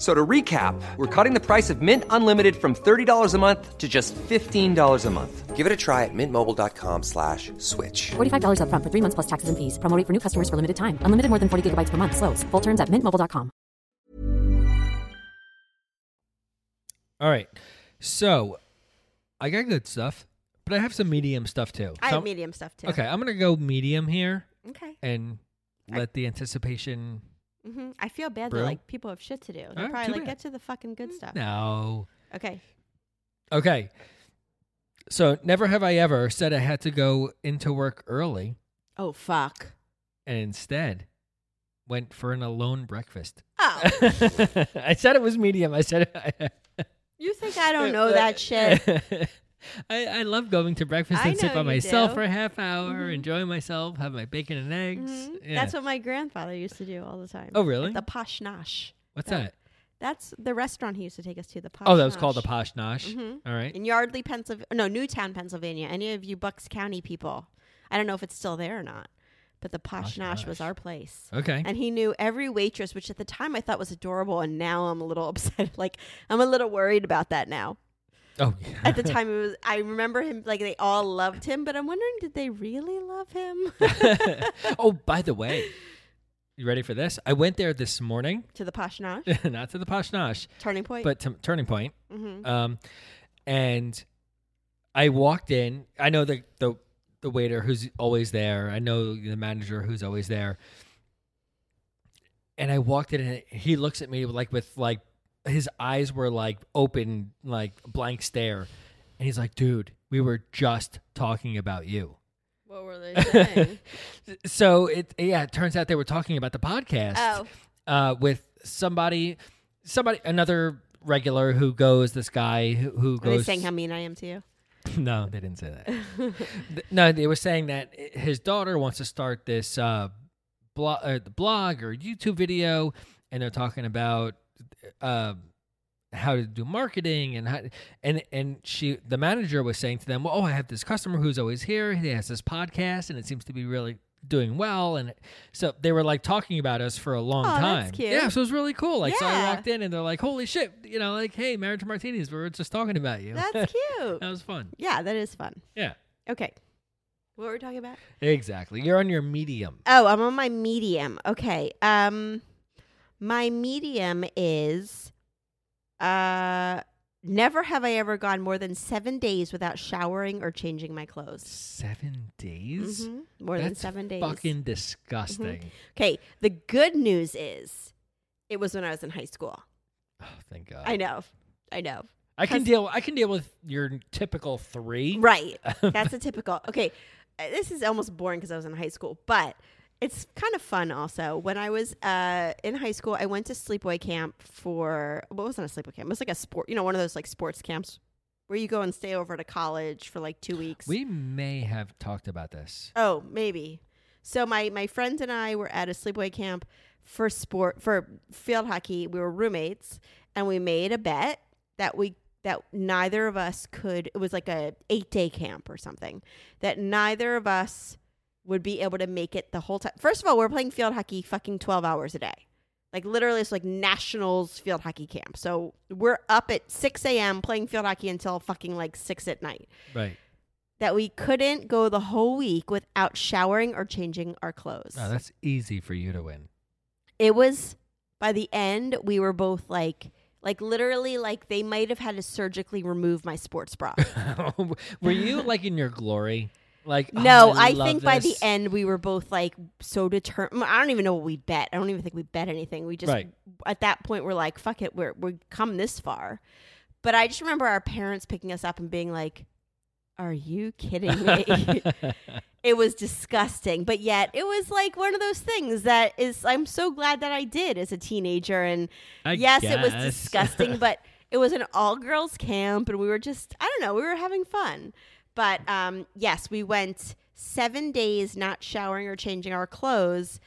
S3: So to recap, we're cutting the price of Mint Unlimited from $30 a month to just $15 a month. Give it a try at mintmobile.com slash switch.
S4: $45 upfront for three months plus taxes and fees. Promote for new customers for limited time. Unlimited more than 40 gigabytes per month. Slows. Full terms at mintmobile.com.
S1: All right, so I got good stuff, but I have some medium stuff too.
S2: I
S1: So-
S2: have medium stuff too.
S1: Okay, I'm gonna go medium here
S2: Okay.
S1: and
S2: I-
S1: let the anticipation.
S2: hmm I feel bad
S1: Brew?
S2: that like people have shit to do. They're
S1: Alright, too
S2: probably like,
S1: bad. Mm-hmm.
S2: get to the fucking good stuff.
S1: No.
S2: Okay.
S1: Okay. So never have I ever said I had to go into work early
S2: Oh fuck.
S1: and instead went for an alone breakfast.
S2: Oh.
S1: I said it was medium. I said
S2: You think I don't know that shit?
S1: I, I love going to breakfast
S2: I
S1: and sit
S2: know
S1: by
S2: you
S1: myself
S2: do.
S1: for a half hour, enjoying myself, have my bacon and eggs.
S2: Mhm.
S1: Yeah.
S2: That's what my grandfather used to do all the time.
S1: Oh, really?
S2: At the Posh Nosh.
S1: What's
S2: Yeah.
S1: that?
S2: That's the restaurant he used to take us to. The Posh
S1: Oh, that was called the posh
S2: Nosh.
S1: nosh. All right.
S2: in Yardley, Pennsylvania. No, Newtown, Pennsylvania. Any of you Bucks County people? I don't know if it's still there or not, but the Posh
S1: Posh
S2: Nosh was
S1: Nosh.
S2: our place.
S1: Okay.
S2: And he knew every waitress, which at the time I thought was adorable, and now I'm a little upset. Like I'm a little worried about that now.
S1: oh, yeah.
S2: At the time, it was I remember him like they all loved him, but I'm wondering did they really love him?
S1: oh, by the way, you ready for this? I went there this morning,
S2: to the Posh Nosh
S1: not to the posh nosh,
S2: turning point.
S1: but to Turning Point.
S2: Mhm.
S1: Um, and I walked in. I know the, the the waiter who's always there. I know the manager who's always there. And I walked in, and he looks at me like with like his eyes were like open, like blank stare, and he's like, "Dude, we were just talking about you."
S2: what were they
S1: So it yeah, it turns out they were talking about the podcast
S2: oh,
S1: uh, with somebody, somebody, another regular who goes. This guy who, who
S2: were they
S1: goes.
S2: saying how mean I am to you?
S1: no, they didn't say that. Th- no, they were saying that i- his daughter wants to start this uh, blog, uh, the blog or YouTube video, and they're talking about uh, how to do marketing and how, and and she the manager was saying to them, "Well, oh, I have this customer who's always here. He has this podcast, and it seems to be really." doing well and so they were like talking about us for a long
S2: Aw, that's
S1: time
S2: cute.
S1: yeah so it was really cool like so i
S2: Yeah.
S1: walked in and they're like holy shit you know like hey marriage to martinis we were just talking about you
S2: That's
S1: that
S2: cute.
S1: was fun
S2: yeah, that is fun.
S1: yeah
S2: Okay, what were we talking about?
S1: Exactly. You're on your medium.
S2: Oh, I'm on my medium. Okay. Um my medium is uh never have I ever gone more than 7 days without showering or changing my clothes.
S1: Seven days?
S2: Mhm. More than
S1: That's
S2: 7 days. Mm-hmm.
S1: Fucking disgusting.
S2: okay, the good news is it was when I was in high school.
S1: Oh, thank God.
S2: I know. I know.
S1: I can
S2: Cause-
S1: deal I can deal with your typical three.
S2: Right. That's a typical. Okay. uh, This is almost boring because I was in high school, but it's kind of fun also. When I was uh, in high school, I went to sleepaway camp for, what wasn't a sleepaway camp? It was like a sport, you know, one of those like sports camps where you go and stay over at a college for like two weeks.
S1: We may have talked about this.
S2: Oh, maybe. So my my friends and I were at a sleepaway camp for sport for field hockey. We were roommates, and we made a bet that we that neither of us could. It was like a eight day camp or something. That neither of us would be able to make it the whole time. First of all, we're playing field hockey fucking twelve hours a day. Like literally, it's like nationals field hockey camp. So we're up at six a.m. playing field hockey until fucking like six at night
S1: Right.
S2: that we couldn't go the whole week without showering or changing our clothes.
S1: Oh, that's easy for you to win.
S2: it was by the end we were both like like literally like they might have had to surgically remove my sports bra.
S1: Were you like in your glory? Like oh,
S2: no, I,
S1: love
S2: think by the
S1: this.
S2: end we were both like so determined. I don't even know what we bet. I don't even think we bet anything. We just
S1: Right.
S2: at that point we're like fuck it, we're we come this far. But I just remember our parents picking us up and being like are you kidding me? it was disgusting but yet it was like one of those things that is i'm so glad that i did as a teenager and
S1: I
S2: yes it was
S1: guess.
S2: disgusting but it was an all girls camp and we were just i don't know we were having fun but um yes we went seven days not showering or changing our clothes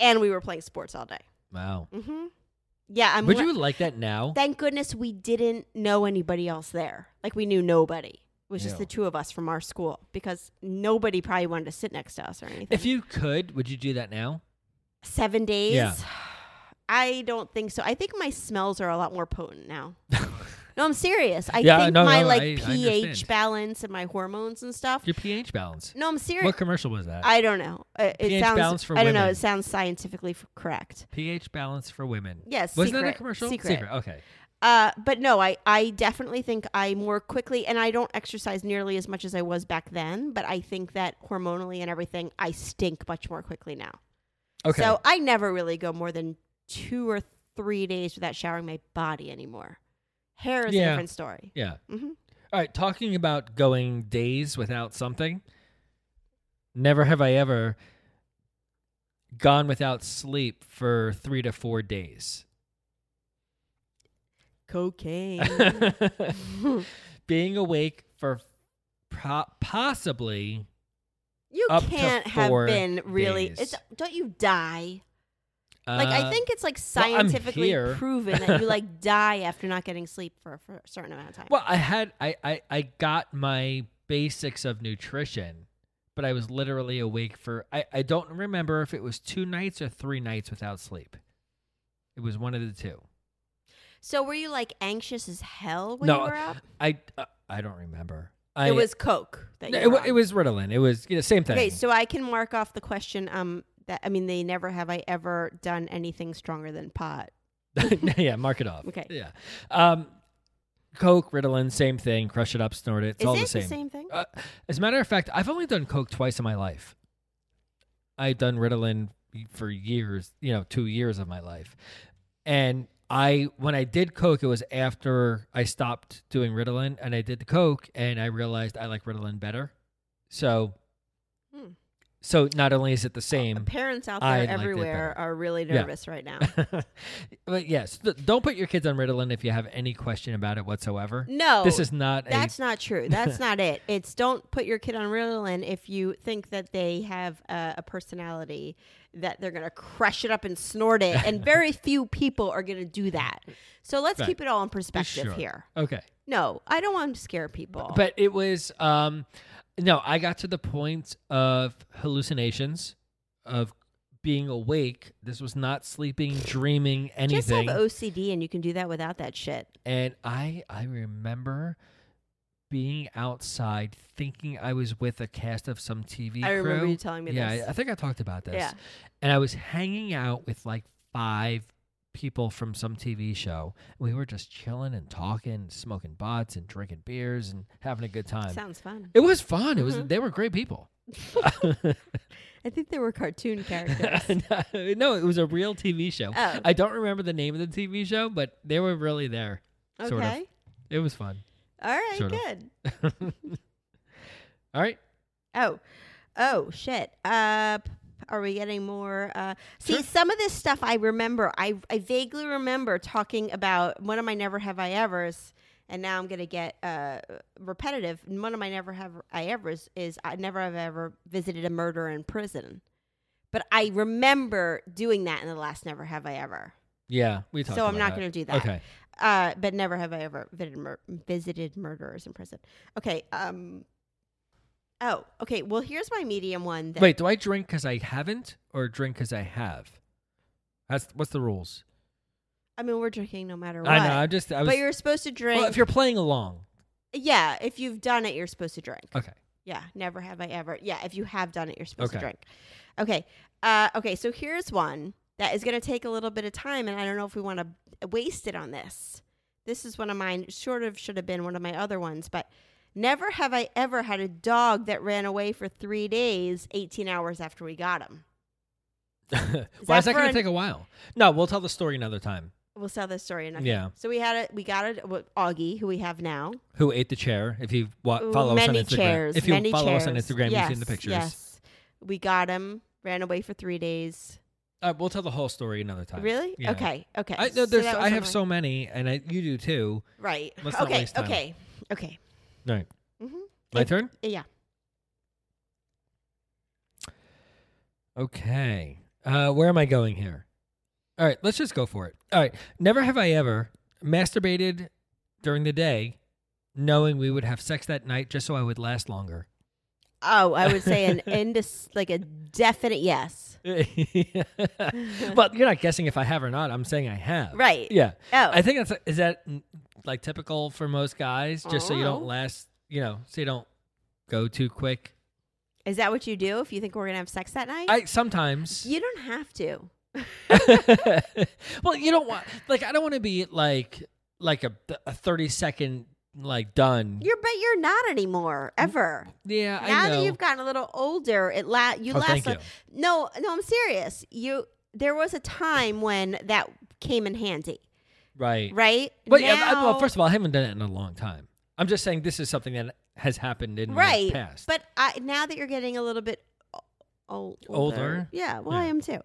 S2: and we were playing sports all day
S1: Wow.
S2: hmm yeah i'm
S1: Would
S2: gl-
S1: you like that now?
S2: thank goodness we didn't know anybody else there. Like we knew nobody. It was just
S1: Yeah.
S2: the two of us from our school because nobody probably wanted to sit next to us or anything.
S1: if you could, would you do that now?
S2: seven days,
S1: Yeah.
S2: I don't think so. I think my smells are a lot more potent now. no, I'm serious. I
S1: Yeah,
S2: think
S1: no,
S2: my
S1: no,
S2: like
S1: I- I
S2: pH
S1: understand.
S2: balance and my hormones and stuff.
S1: Your pH balance.
S2: No, I'm serious.
S1: What commercial was that?
S2: I don't know. Uh, It
S1: pH
S2: sounds.
S1: balance for
S2: I don't know.
S1: women.
S2: It sounds scientifically f- correct.
S1: pH balance for women.
S2: Yes,
S1: Was that a
S2: secret.
S1: commercial?
S2: Secret.
S1: Okay.
S2: Uh, but no, I, I definitely think I more quickly, and I don't exercise nearly as much as I was back then, but I think that hormonally and everything, I stink much more quickly now.
S1: Okay.
S2: So I never really go more than two or three days without showering my body anymore. Hair is
S1: Yeah.
S2: a different story.
S1: yeah.
S2: hmm
S1: All right. Talking about going days without something. Never have I ever gone without sleep for three to four days.
S2: Mm. Cocaine.
S1: being awake for pro- possibly
S2: You
S1: Up to
S2: can't have
S1: four
S2: been really.
S1: days.
S2: It's, don't you die? Like I
S1: uh,
S2: think it's like
S1: well, I'm
S2: scientifically
S1: here.
S2: proven that you like die after not getting sleep for, for a certain amount of time.
S1: Well, I had I, I I got my basics of nutrition, but I was literally awake for I I don't remember if it was two nights or three nights without sleep. It was one of the two.
S2: So were you like anxious as hell when
S1: no,
S2: you were up?
S1: I uh, I don't remember. I,
S2: it was coke. That
S1: no,
S2: you
S1: it,
S2: were
S1: wa- it
S2: on.
S1: was Ritalin. It was you know same thing.
S2: okay. So I can mark off the question. Um, that I mean, they never have I ever done anything stronger than pot.
S1: yeah, mark it off.
S2: Okay.
S1: Yeah. Um, Coke, Ritalin, same thing. Crush it up, snort it. It's
S2: Is
S1: all
S2: it
S1: the same.
S2: thing?
S1: Uh, as a matter of fact, I've only done Coke twice in my life. I've done Ritalin for years, you know, two years of my life. And I, when I did Coke, it was after I stopped doing Ritalin and I did the Coke and I realized I like Ritalin better. So,
S2: Hmm.
S1: so not only is it the same,
S2: Parents out
S1: Um, I
S2: there
S1: liked it
S2: everywhere
S1: better.
S2: are really
S1: Yeah.
S2: nervous right now.
S1: but yes, th- don't put your kids on Ritalin if you have any question about it whatsoever.
S2: No,
S1: This is not
S2: That's not true. That's not it. It's don't put your kid on Ritalin if you think that they have a, a personality that they're going to crush it up and snort it. And very few people are going to do that. So let's
S1: Right.
S2: keep it all in
S1: a
S2: perspective
S1: Sure.
S2: here.
S1: Okay.
S2: No, I don't want to scare people.
S1: but it was um no i got to the point of hallucinations of being awake this was not sleeping dreaming
S2: just have
S1: anything
S2: OCD and you can do that without that shit.
S1: and i i remember being outside thinking i was with a cast of some tv
S2: I remember
S1: crew.
S2: you telling me
S1: yeah I-
S2: this.
S1: I, think i talked about this
S2: Yeah.
S1: and i was hanging out with like five people from some tv show we were just chilling and talking smoking bots and drinking beers and having a good time
S2: Sounds fun.
S1: it was fun. It was.
S2: Uh-huh.
S1: They were great people.
S2: I think they were cartoon characters.
S1: no, it was a real TV show.
S2: Oh.
S1: I don't remember the name of the TV show, but they were really there.
S2: okay.
S1: Sort of. It was fun.
S2: All right.
S1: Sort of.
S2: good.
S1: All right.
S2: Oh, oh shit. Uh, p- are we getting more? Uh, see,
S1: Sure.
S2: some of this stuff I remember. I I vaguely remember talking about one of my never have I ever's, and now I'm gonna get uh repetitive. And One of my never have I ever's is I never have ever visited a murderer in prison, but I remember doing that in the last never have I ever.
S1: Yeah, we talked.
S2: So I'm
S1: about
S2: not
S1: that.
S2: gonna do that.
S1: Okay.
S2: Uh, but never have I ever visited, mur- visited murderers in prison. Okay. Um. Oh, okay. Well, here's my medium one. That
S1: Wait, do I drink because I haven't, or drink because I have? That's what's the rules.
S2: I mean, we're drinking no matter what.
S1: I know. I'm just. I was.
S2: but you're supposed to drink.
S1: well, if you're playing along.
S2: yeah, if you've done it, you're supposed to drink.
S1: Okay.
S2: Yeah, never have I ever. Yeah, if you have done it, you're supposed to
S1: Okay.
S2: drink. Okay. Uh, okay. So here's one that is going to take a little bit of time, and I don't know if we want to waste it on this. This is one of mine. Sort of should have been one of my other ones, but never have I ever had a dog that ran away for three days, 18 hours after we got him.
S1: Why
S2: that
S1: is that
S2: for
S1: going to
S2: an-
S1: take a while? No, we'll tell the story another time.
S2: We'll tell this story another.
S1: Yeah.
S2: So we had a we got a well, Augie, who we have now.
S1: Who ate the chair? If you wa-
S2: Ooh,
S1: Uh, follow us on
S2: many
S1: Instagram,
S2: chairs,
S1: if you
S2: many
S1: follow us on
S2: chairs.
S1: Instagram, you've
S2: Yes,
S1: seen the pictures.
S2: Yes, we got him. Ran away for three days.
S1: Uh, we'll tell the whole story another time.
S2: Really?
S1: Yeah.
S2: Okay. Okay.
S1: I,
S2: So
S1: no, there's,
S2: that was
S1: I have
S2: something-
S1: so many, and I, you do too.
S2: right.
S1: Let's not
S2: okay.
S1: waste time.
S2: Okay. Okay.
S1: All right.
S2: Mm-hmm.
S1: My turn?
S2: Yeah.
S1: Okay. Uh, where am I going here? All right, let's just go for it. All right. Never have I ever masturbated during the day knowing we would have sex that night just so I would last longer.
S2: Oh, I would say an indis like a definite yes.
S1: well, you're not guessing if I have or not. I'm saying I have.
S2: Right.
S1: Yeah.
S2: Oh.
S1: I think that's is that mm, like typical for most guys, just so you don't
S2: Oh.
S1: last, you know, so you don't go too quick.
S2: Is that what you do if you think we're gonna have sex that night?
S1: I sometimes.
S2: you don't have to.
S1: well, you don't want like I don't want to be like like a a thirty second like done.
S2: You're, but you're not anymore. Ever.
S1: yeah,
S2: now
S1: I know.
S2: that you've gotten a little older, it la- you
S1: Oh,
S2: last.
S1: thank
S2: a-
S1: you.
S2: No, no, I'm serious. You there was a time when that came in handy,
S1: right,
S2: right?
S1: But yeah, I-
S2: Now-
S1: well, first of all, I haven't done it in a long time. I'm just saying this is something that has happened in
S2: right.
S1: my past.
S2: But I, now that you're getting a little bit o- o- older,
S1: Older?
S2: yeah, well, I
S1: Yeah.
S2: am too.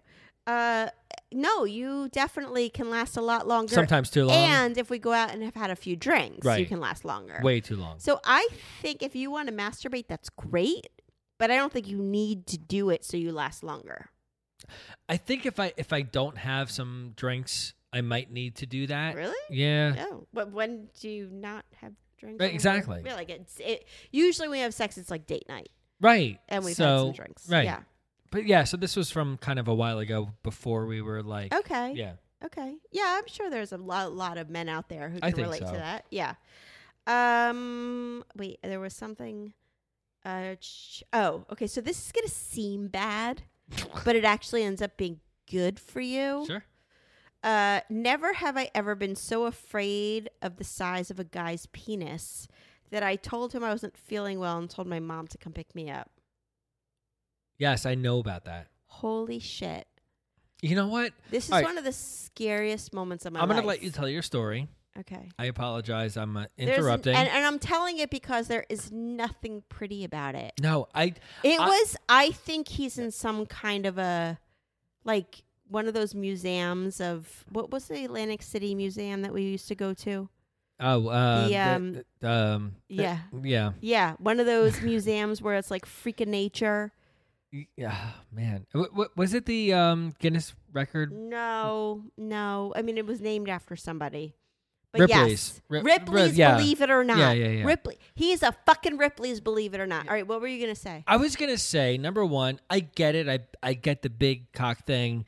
S2: Uh, no, you definitely can last a lot longer.
S1: Sometimes too long.
S2: And if we go out and have had a few drinks, you
S1: Right.
S2: can last longer.
S1: Way too long.
S2: So I think if you want to masturbate, that's great. But I don't think you need to do it so you last longer.
S1: I think if I if I don't have some drinks, I might need to do that.
S2: Really?
S1: Yeah.
S2: No. But when do you not have drinks?
S1: Right,
S2: longer?
S1: exactly.
S2: Yeah, like it's it. Usually when we have sex, it's like date night,
S1: Right.
S2: and we've had
S1: so,
S2: some drinks.
S1: Right.
S2: Yeah.
S1: But yeah, so this was from kind of a while ago before we were like
S2: Okay.
S1: Yeah.
S2: Okay. Yeah, I'm sure there's a lot, lot of men out there who
S1: I
S2: can
S1: think
S2: relate
S1: so.
S2: to that. Yeah. Um. Wait, there was something. Uh. Ch- oh. Okay. So this is gonna seem bad, but it actually ends up being good for you.
S1: Sure.
S2: Uh. Never have I ever been so afraid of the size of a guy's penis that I told him I wasn't feeling well and told my mom to come pick me up.
S1: Yes, I know about that.
S2: Holy shit!
S1: You know what?
S2: This is
S1: All right,
S2: one of the scariest moments of my
S1: I'm
S2: life.
S1: gonna let you tell your story.
S2: Okay.
S1: I apologize. I'm uh,
S2: There's n-
S1: interrupting.
S2: and, and I'm telling it because there is nothing pretty about it.
S1: no, I.
S2: It
S1: I-
S2: was, I think he's in some kind of a, like one of those museums of, what was the Atlantic City Museum that we used to go to?
S1: Oh, uh,
S2: the,
S1: the-
S2: um,
S1: um,
S2: yeah.
S1: yeah,
S2: Yeah, one of those museums where it's like freak of nature.
S1: yeah. Man, w- w- was it the um, Guinness record?
S2: No, no. I mean, it was named after somebody. But yes,
S1: Ripley's. Ri- Ri-
S2: Ripley's,
S1: yeah.
S2: believe it or not.
S1: Yeah, yeah, yeah.
S2: Ripley. He is a fucking Ripley's, believe it or not. All right, what were you going to say?
S1: I was gonna say number one. I get it. I I get the big cock thing.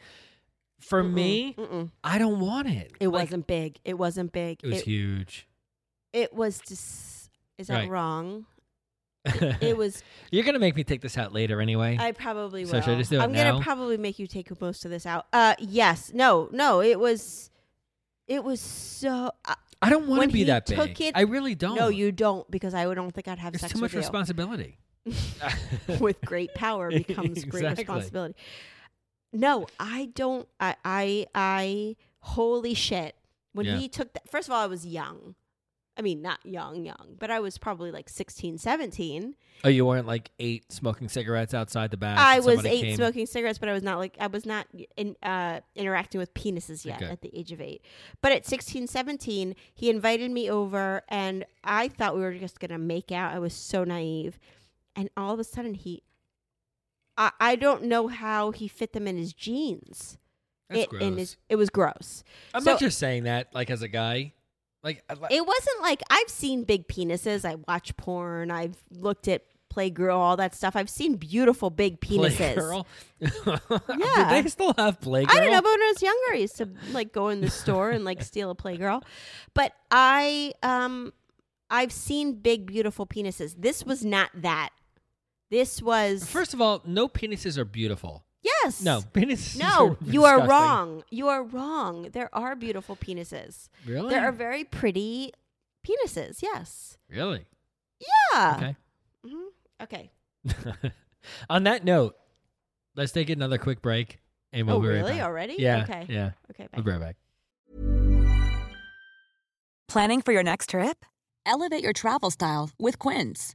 S1: For me,
S2: Mm-mm.
S1: I don't want it.
S2: It
S1: Like,
S2: wasn't big. It wasn't big.
S1: It was huge.
S2: it was dis- is that
S1: Right.
S2: wrong? It was.
S1: You're gonna make me take this out later anyway.
S2: I probably will.
S1: So should I just do it
S2: I'm
S1: now?
S2: gonna probably make you take most of this out. Uh, yes. No. No. It was. It was so. Uh,
S1: I don't want to
S2: when
S1: be
S2: he
S1: that big.
S2: took it-
S1: I really don't.
S2: no, you don't, because I don't think I'd have
S1: There's
S2: sex
S1: too much
S2: with you.
S1: responsibility.
S2: with great power becomes great
S1: Exactly.
S2: responsibility. No, I don't. I. I. I holy shit! When
S1: Yeah.
S2: he took that, first of all, I was young. I mean, not young, young, but I was probably like 16, 17.
S1: Oh, you weren't like eight smoking cigarettes outside the bath.
S2: I
S1: and
S2: was
S1: somebody
S2: eight
S1: came-
S2: smoking cigarettes, but I was not like I was not in, uh, interacting with penises yet
S1: Okay.
S2: at the age of eight. But at 16, 17, he invited me over, and I thought we were just gonna make out. I was so naive, and all of a sudden he, I, I don't know how he fit them in his jeans.
S1: That's
S2: it, In
S1: gross.
S2: his, it was gross.
S1: I'm
S2: So-
S1: not just saying that like as a guy. Like, I- like
S2: It wasn't like I've seen big penises. I watch porn. I've looked at Playgirl, all that stuff. I've seen beautiful big penises.
S1: Playgirl.
S2: Yeah.
S1: Did they still have Playgirl?
S2: I don't know, but when I was younger, I used to like go in the store and like steal a playgirl. But I, um, I've seen big, beautiful penises. This was not that. This was
S1: First of all, no penises are beautiful.
S2: Yes.
S1: No, penises.
S2: No,
S1: are
S2: you are
S1: disgusting.
S2: wrong. You are wrong. There are beautiful penises.
S1: Really?
S2: There are very pretty penises. Yes.
S1: really?
S2: Yeah.
S1: Okay.
S2: Mhm. Okay.
S1: On that note, let's take another quick break, and we'll
S2: Oh,
S1: be right
S2: really?
S1: back.
S2: Already?
S1: Yeah.
S2: Okay.
S1: Yeah.
S2: Okay. Bye.
S1: We'll be right back.
S4: Planning for your next trip? Elevate your travel style with Quince.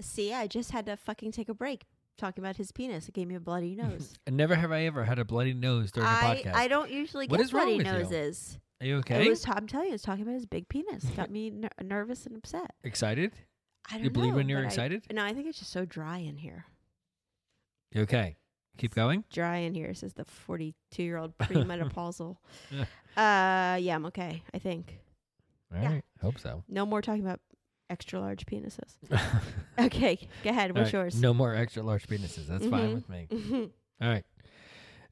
S2: See, I just had to fucking take a break talking about his penis. It gave me a bloody nose.
S1: And never have I ever had a bloody nose during a
S2: I,
S1: podcast.
S2: I don't usually
S1: What
S2: get
S1: is wrong
S2: bloody
S1: with you?
S2: noses.
S1: Are you
S2: It
S1: okay?
S2: was- I'm telling you, it's talking about his big penis. Got me ner- nervous and upset.
S1: Excited?
S2: I don't
S1: You believe
S2: know,
S1: when you're
S2: but I-
S1: excited?
S2: no, I think it's just so dry in here.
S1: You okay? Keep going.
S2: Dry in here, says the 42 year old premenopausal. uh, yeah, I'm okay. I think
S1: All
S2: Yeah.
S1: right. Hope so.
S2: no more talking about extra large penises. Okay, go ahead.
S1: All
S2: What's
S1: right,
S2: yours?
S1: No more extra large penises. That's fine
S2: Mhm.
S1: with me.
S2: Mhm.
S1: All right.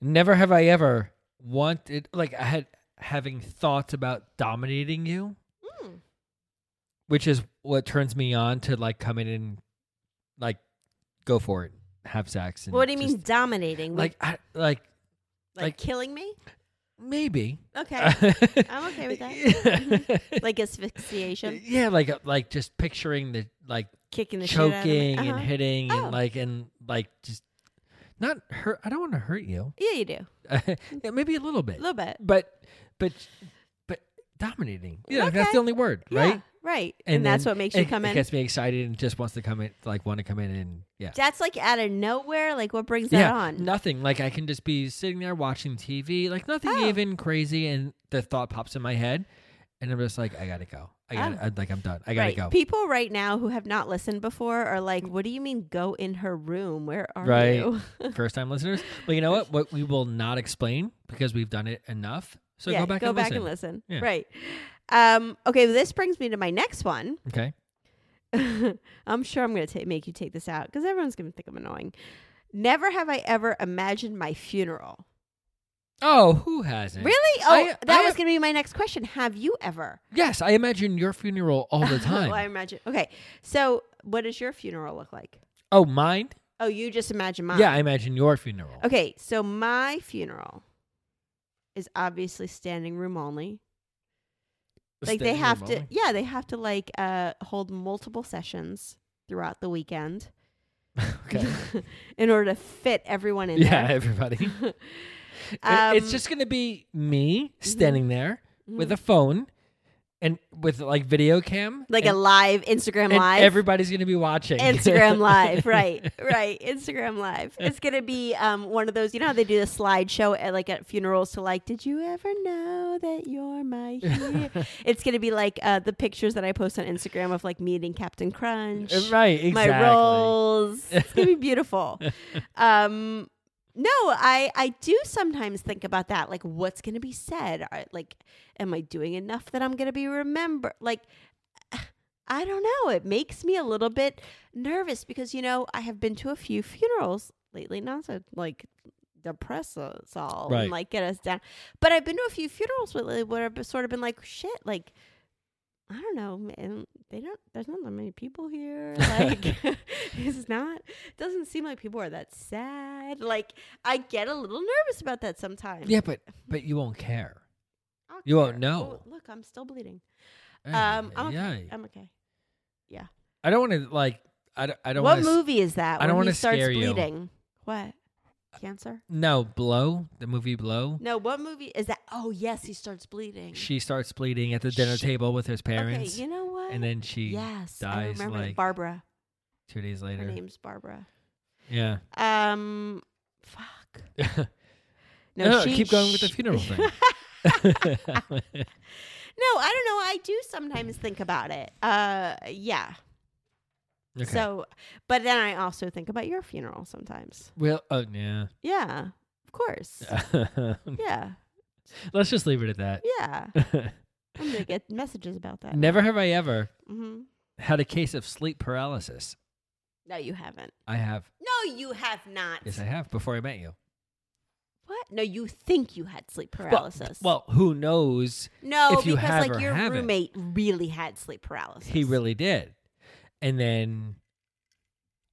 S1: Never have I ever wanted like I had having thoughts about dominating you,
S2: Mm.
S1: which is what turns me on to like come in and like go for it. have sex. And
S2: What do you mean
S1: just-
S2: dominating? We-
S1: Like, I, like
S2: like,
S1: like-
S2: killing me?
S1: maybe.
S2: Okay. I'm okay with
S1: that.
S2: like asphyxiation,
S1: yeah, like uh, like just picturing the like
S2: kicking the
S1: choking
S2: shit out of me.
S1: and
S2: Uh-huh.
S1: hitting
S2: Oh.
S1: and like and like just not hurt. I don't want to hurt you.
S2: Yeah, you do.
S1: Yeah, maybe a little
S2: A
S1: bit,
S2: little bit.
S1: but but but dominating. Yeah, like, that's
S2: Okay.
S1: the only word, right?
S2: Yeah, right. And, that's
S1: then
S2: what makes you
S1: it-
S2: come
S1: it
S2: in.
S1: gets me excited and just wants to come in, like want to come in and yeah.
S2: That's like out of nowhere. Like what brings that
S1: yeah,
S2: on?
S1: nothing. Like I can just be sitting there watching TV, like nothing
S2: Oh.
S1: even crazy, and the thought pops in my head, and I'm just like, I gotta go. I gotta,
S2: Oh.
S1: I'm like I'm done. I gotta
S2: right.
S1: go.
S2: People right now who have not listened before are like, "What do you mean go in her room? Where are
S1: Right.
S2: you?"
S1: First time listeners, but you know what? What we will not explain because we've done it enough. So
S2: yeah,
S1: go back,
S2: go
S1: and,
S2: back
S1: listen.
S2: and listen.
S1: Yeah.
S2: Right. Um, okay, well, this brings me to my next one.
S1: Okay.
S2: I'm sure I'm going to ta- make you take this out because everyone's going to think I'm annoying. Never have I ever imagined my funeral.
S1: Oh, who hasn't?
S2: Really? Oh,
S1: I-
S2: that
S1: I-
S2: was going to be my next question. Have you ever?
S1: Yes, I imagine your funeral all the time.
S2: well, Oh, I imagine. Okay, so what does your funeral look like?
S1: oh, mine?
S2: Oh, you just imagine mine.
S1: Yeah, I imagine your funeral.
S2: Okay, so my funeral is obviously standing room only. like they
S1: Standing
S2: have
S1: room
S2: to
S1: only.
S2: yeah they have to like uh hold multiple sessions throughout the weekend
S1: okay.
S2: in order to fit everyone in
S1: yeah,
S2: there
S1: everybody.
S2: um, mm-hmm.
S1: it's just going to be me standing there with a phone and with like video cam.
S2: like a
S1: and,
S2: live instagram
S1: and
S2: live
S1: Everybody's going to be watching.
S2: instagram live right right instagram live it's gonna be um one of those you know how they do the slideshow at like at funerals to like did you ever know that you're my hero it's gonna be like uh the pictures that i post on instagram of like meeting captain crunch
S1: Uh, right, exactly.
S2: my rolls. It's gonna be beautiful. um, no, I I do sometimes think about that, like what's gonna be said. Are, like, am I doing enough that I'm gonna be remembered? Like, I don't know. It makes me a little bit nervous because you know I have been to a few funerals lately, not to like depress us all
S1: Right.
S2: and like get us down, but I've been to a few funerals lately where I've sort of been like, shit, like. I don't know. Man, they don't. There's not that many people here. Like, it's not. Doesn't seem like people are that sad. Like, I get a little nervous about that sometimes.
S1: Yeah, but but you won't care.
S2: I'll
S1: you won't
S2: care.
S1: know.
S2: Oh, look, I'm still bleeding.
S1: Ay,
S2: Um, I'm okay.
S1: ay, ay.
S2: I'm okay.
S1: I don't want to like I don't, I don't
S2: What
S1: wanna s-
S2: movie is that?
S1: I don't
S2: where he
S1: wanna
S2: starts
S1: scare you.
S2: bleeding. What? Cancer?
S1: No, Blow, the movie Blow.
S2: No. What movie is that? Oh yes, he starts bleeding.
S1: She starts bleeding at the dinner
S2: She-
S1: table with his parents.
S2: Okay, you know what?
S1: and then she
S2: yes, I
S1: dies
S2: remember
S1: like
S2: Barbara.
S1: two days
S2: Her
S1: later.
S2: name's Barbara.
S1: Yeah.
S2: Um, fuck.
S1: No, no, Oh, keep going with the funeral thing.
S2: No, I don't know. I do sometimes think about it. Uh, yeah.
S1: okay.
S2: So, but then I also think about your funeral sometimes.
S1: well, oh yeah.
S2: Yeah, of course.
S1: Uh,
S2: yeah,
S1: Let's just leave it at that.
S2: yeah. I'm gonna get messages about that.
S1: Never have I ever
S2: Mm-hmm.
S1: had a case of sleep paralysis.
S2: No, you haven't.
S1: I have.
S2: No, you have not.
S1: Yes, I have. Before I met you.
S2: what? No, you think you had sleep
S1: Well,
S2: paralysis.
S1: Well, who knows?
S2: no,
S1: if you
S2: because
S1: have
S2: like
S1: or
S2: your
S1: haven't.
S2: roommate really had sleep paralysis.
S1: He really did. And then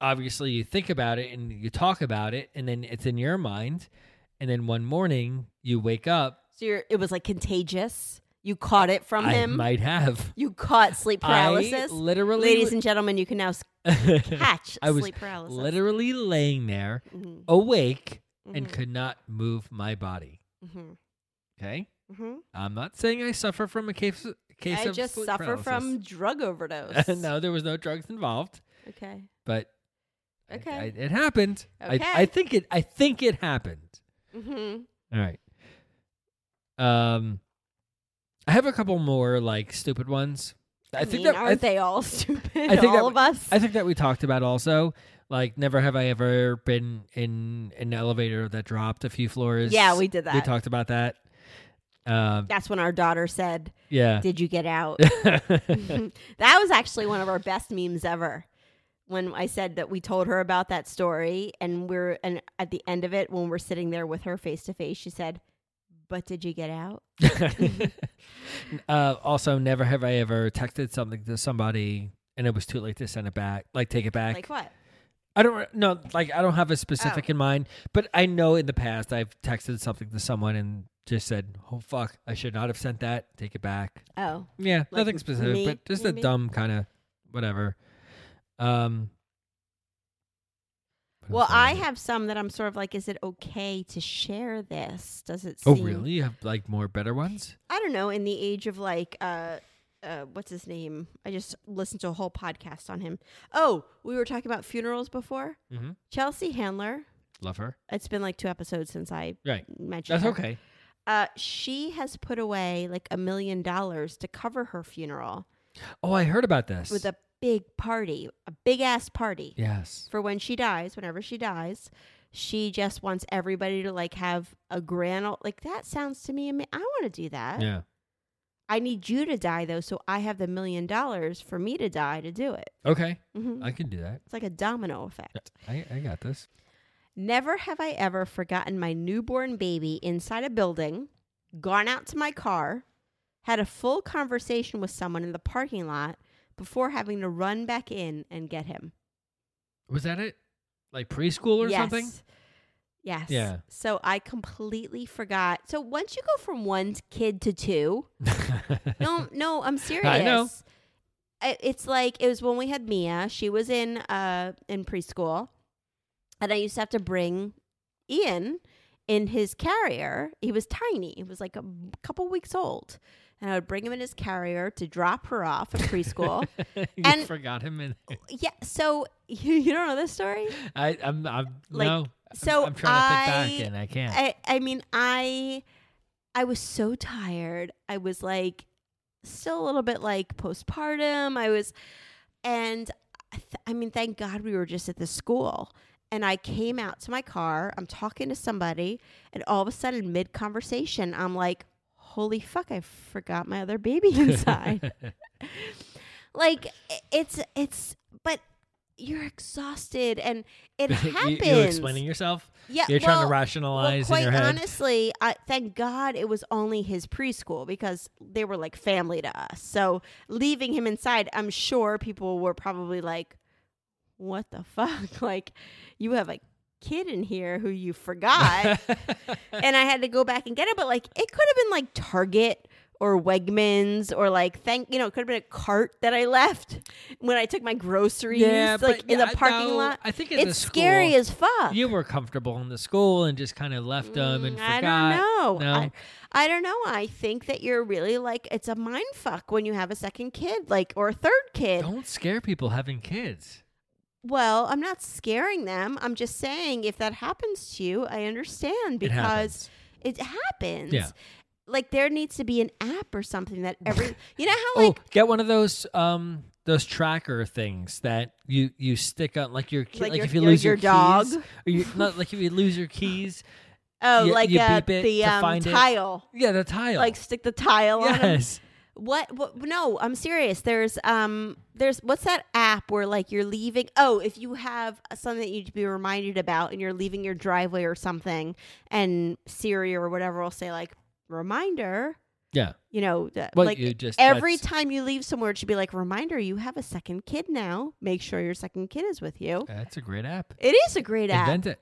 S1: obviously you think about it and you talk about it and then it's in your mind and then one morning you wake up
S2: So you're, it was like contagious. You caught it from
S1: I
S2: him.
S1: might have
S2: you caught sleep
S1: I
S2: paralysis.
S1: literally
S2: Ladies and gentlemen, you can now s- catch
S1: I was
S2: sleep paralysis.
S1: literally laying there
S2: hmm
S1: awake and
S2: mm-hmm,
S1: could not move my body.
S2: hmm
S1: Okay?
S2: hmm
S1: I'm not saying I suffer from a case case
S2: I
S1: of
S2: just
S1: sleep
S2: suffer
S1: paralysis.
S2: from drug overdose.
S1: no, there was no drugs involved,
S2: Okay.
S1: but I-
S2: Okay.
S1: I- it happened.
S2: Okay.
S1: I, I think it I think it happened.
S2: hmm
S1: All right. Um, I have a couple more like stupid ones. I,
S2: I,
S1: think
S2: mean,
S1: that I,
S2: aren't they all stupid?
S1: I think that
S2: all of
S1: w-
S2: us.
S1: I think that we talked about also. Like, never have I ever been in an elevator that dropped a few floors.
S2: Yeah, we did
S1: We
S2: that.
S1: talked about that. Um,
S2: That's when our daughter said,
S1: yeah.
S2: "Did you get out?"
S1: yeah.
S2: that was actually one of our best memes ever. When I said that we told her about that story, and we're and at the end of it, when we're sitting there with her face to face, she said, "But did you get out?"
S1: uh, also, never have I ever texted something to somebody and it was too late to send it back, like take it back.
S2: Like what?
S1: I don't no like I don't have a specific
S2: Oh.
S1: in mind, but I know in the past I've texted something to someone and just said, "Oh fuck, I should not have sent that. Take it back."
S2: Oh,
S1: Yeah, nothing
S2: m-
S1: specific,
S2: me,
S1: but just
S2: maybe?
S1: a dumb kind of whatever. Um. what
S2: well,
S1: else did
S2: I
S1: do?
S2: have some that I'm sort of like, is it okay to share this? Does it?
S1: Oh
S2: seem-
S1: really? You have like more better ones?
S2: I don't know. In the age of like, uh, uh, what's his name? I just listened to a whole podcast on him. Oh, we were talking about funerals before.
S1: Mm-hmm.
S2: Chelsea Handler.
S1: Love her.
S2: It's been like two episodes since I
S1: Right. That's
S2: mentioned. her.
S1: okay.
S2: Uh, she has put away like a million dollars to cover her funeral
S1: Oh, I heard about this.
S2: with a big party, a big ass party
S1: yes.
S2: for when she dies. Whenever she dies, she just wants everybody to like have a grand. o- Like that sounds to me. ama- I want to do that.
S1: Yeah.
S2: I need you to die though, so I have the million dollars for me to die to do it.
S1: Okay.
S2: Mhm.
S1: I can do that.
S2: It's like a domino effect.
S1: I, I got this.
S2: Never have I ever forgotten my newborn baby inside a building, gone out to my car, had a full conversation with someone in the parking lot before having to run back in and get him.
S1: Was that it? Like preschool or
S2: yes.
S1: something?
S2: Yes.
S1: Yeah.
S2: So I completely forgot. So once you go from one kid to two, no, no, I'm serious.
S1: I know.
S2: I- It's like it was when we had Mia. She was in uh in preschool, and I used to have to bring Ian in his carrier. He was tiny. He was like a couple weeks old, and I would bring him in his carrier to drop her off at preschool.
S1: you
S2: And-
S1: forgot him in.
S2: yeah. So you, you don't know this story?
S1: I, I'm. I'm
S2: Like,
S1: no. I'm-
S2: so
S1: I'm, trying to
S2: I-
S1: think back and I can't.
S2: I I mean I I was so tired. I was like still a little bit like postpartum. I was and I th- I mean thank God we were just at the school. And I came out to my car. I'm talking to somebody and all of a sudden mid conversation I'm like holy fuck I forgot my other baby inside. like i- it's it's but you're exhausted and it happens.
S1: you, you're explaining yourself.
S2: Yeah,
S1: You're trying
S2: well-
S1: to rationalize
S2: well,
S1: in your
S2: quite
S1: head.
S2: honestly, I, thank God it was only his preschool because they were like family to us. So leaving him inside, I'm sure people were probably like, "What the fuck? Like, you have a kid in here who you forgot," and I had to go back and get it. But like, it could have been like Target. Or Wegmans, or like, thank you know, it could have been a cart that I left when I took my groceries,
S1: yeah,
S2: like
S1: but
S2: in the
S1: yeah,
S2: parking
S1: no,
S2: lot.
S1: I think in the
S2: It's
S1: school,
S2: scary as fuck.
S1: You were comfortable in the school and just kind of left them and
S2: Mm,
S1: forgot.
S2: I don't know.
S1: No.
S2: I, I don't know. I think that you're really like it's a mind fuck when you have a second kid, like or a third kid.
S1: Don't scare people having kids.
S2: Well, I'm not scaring them. I'm just saying if that happens to you, I understand
S1: It
S2: because
S1: happens.
S2: it happens.
S1: Yeah.
S2: Like there needs to be an app or something that every you know how like
S1: oh, get one of those um those tracker things that you you stick on like your ki-
S2: Like
S1: like,
S2: your-
S1: if you
S2: your-
S1: lose your,
S2: your dog?
S1: keys, or you, not like if you lose your keys.
S2: oh
S1: you-
S2: like
S1: you
S2: uh,
S1: beep it
S2: the
S1: to
S2: um,
S1: find it.
S2: tile.
S1: Yeah, the tile.
S2: Like stick the tile on 'em.
S1: yes.
S2: What, what? No, I'm serious. There's um, there's what's that app where like you're leaving? Oh, if you have something that you need to be reminded about, and you're leaving your driveway or something, and Siri or whatever will say like reminder.
S1: Yeah.
S2: You know, that,
S1: Well,
S2: like
S1: you just-
S2: every
S1: that's-
S2: time you leave somewhere, it should be like reminder. You have a second kid now. Make sure your second kid is with you.
S1: That's a great app.
S2: It is a great app.
S1: Invent it.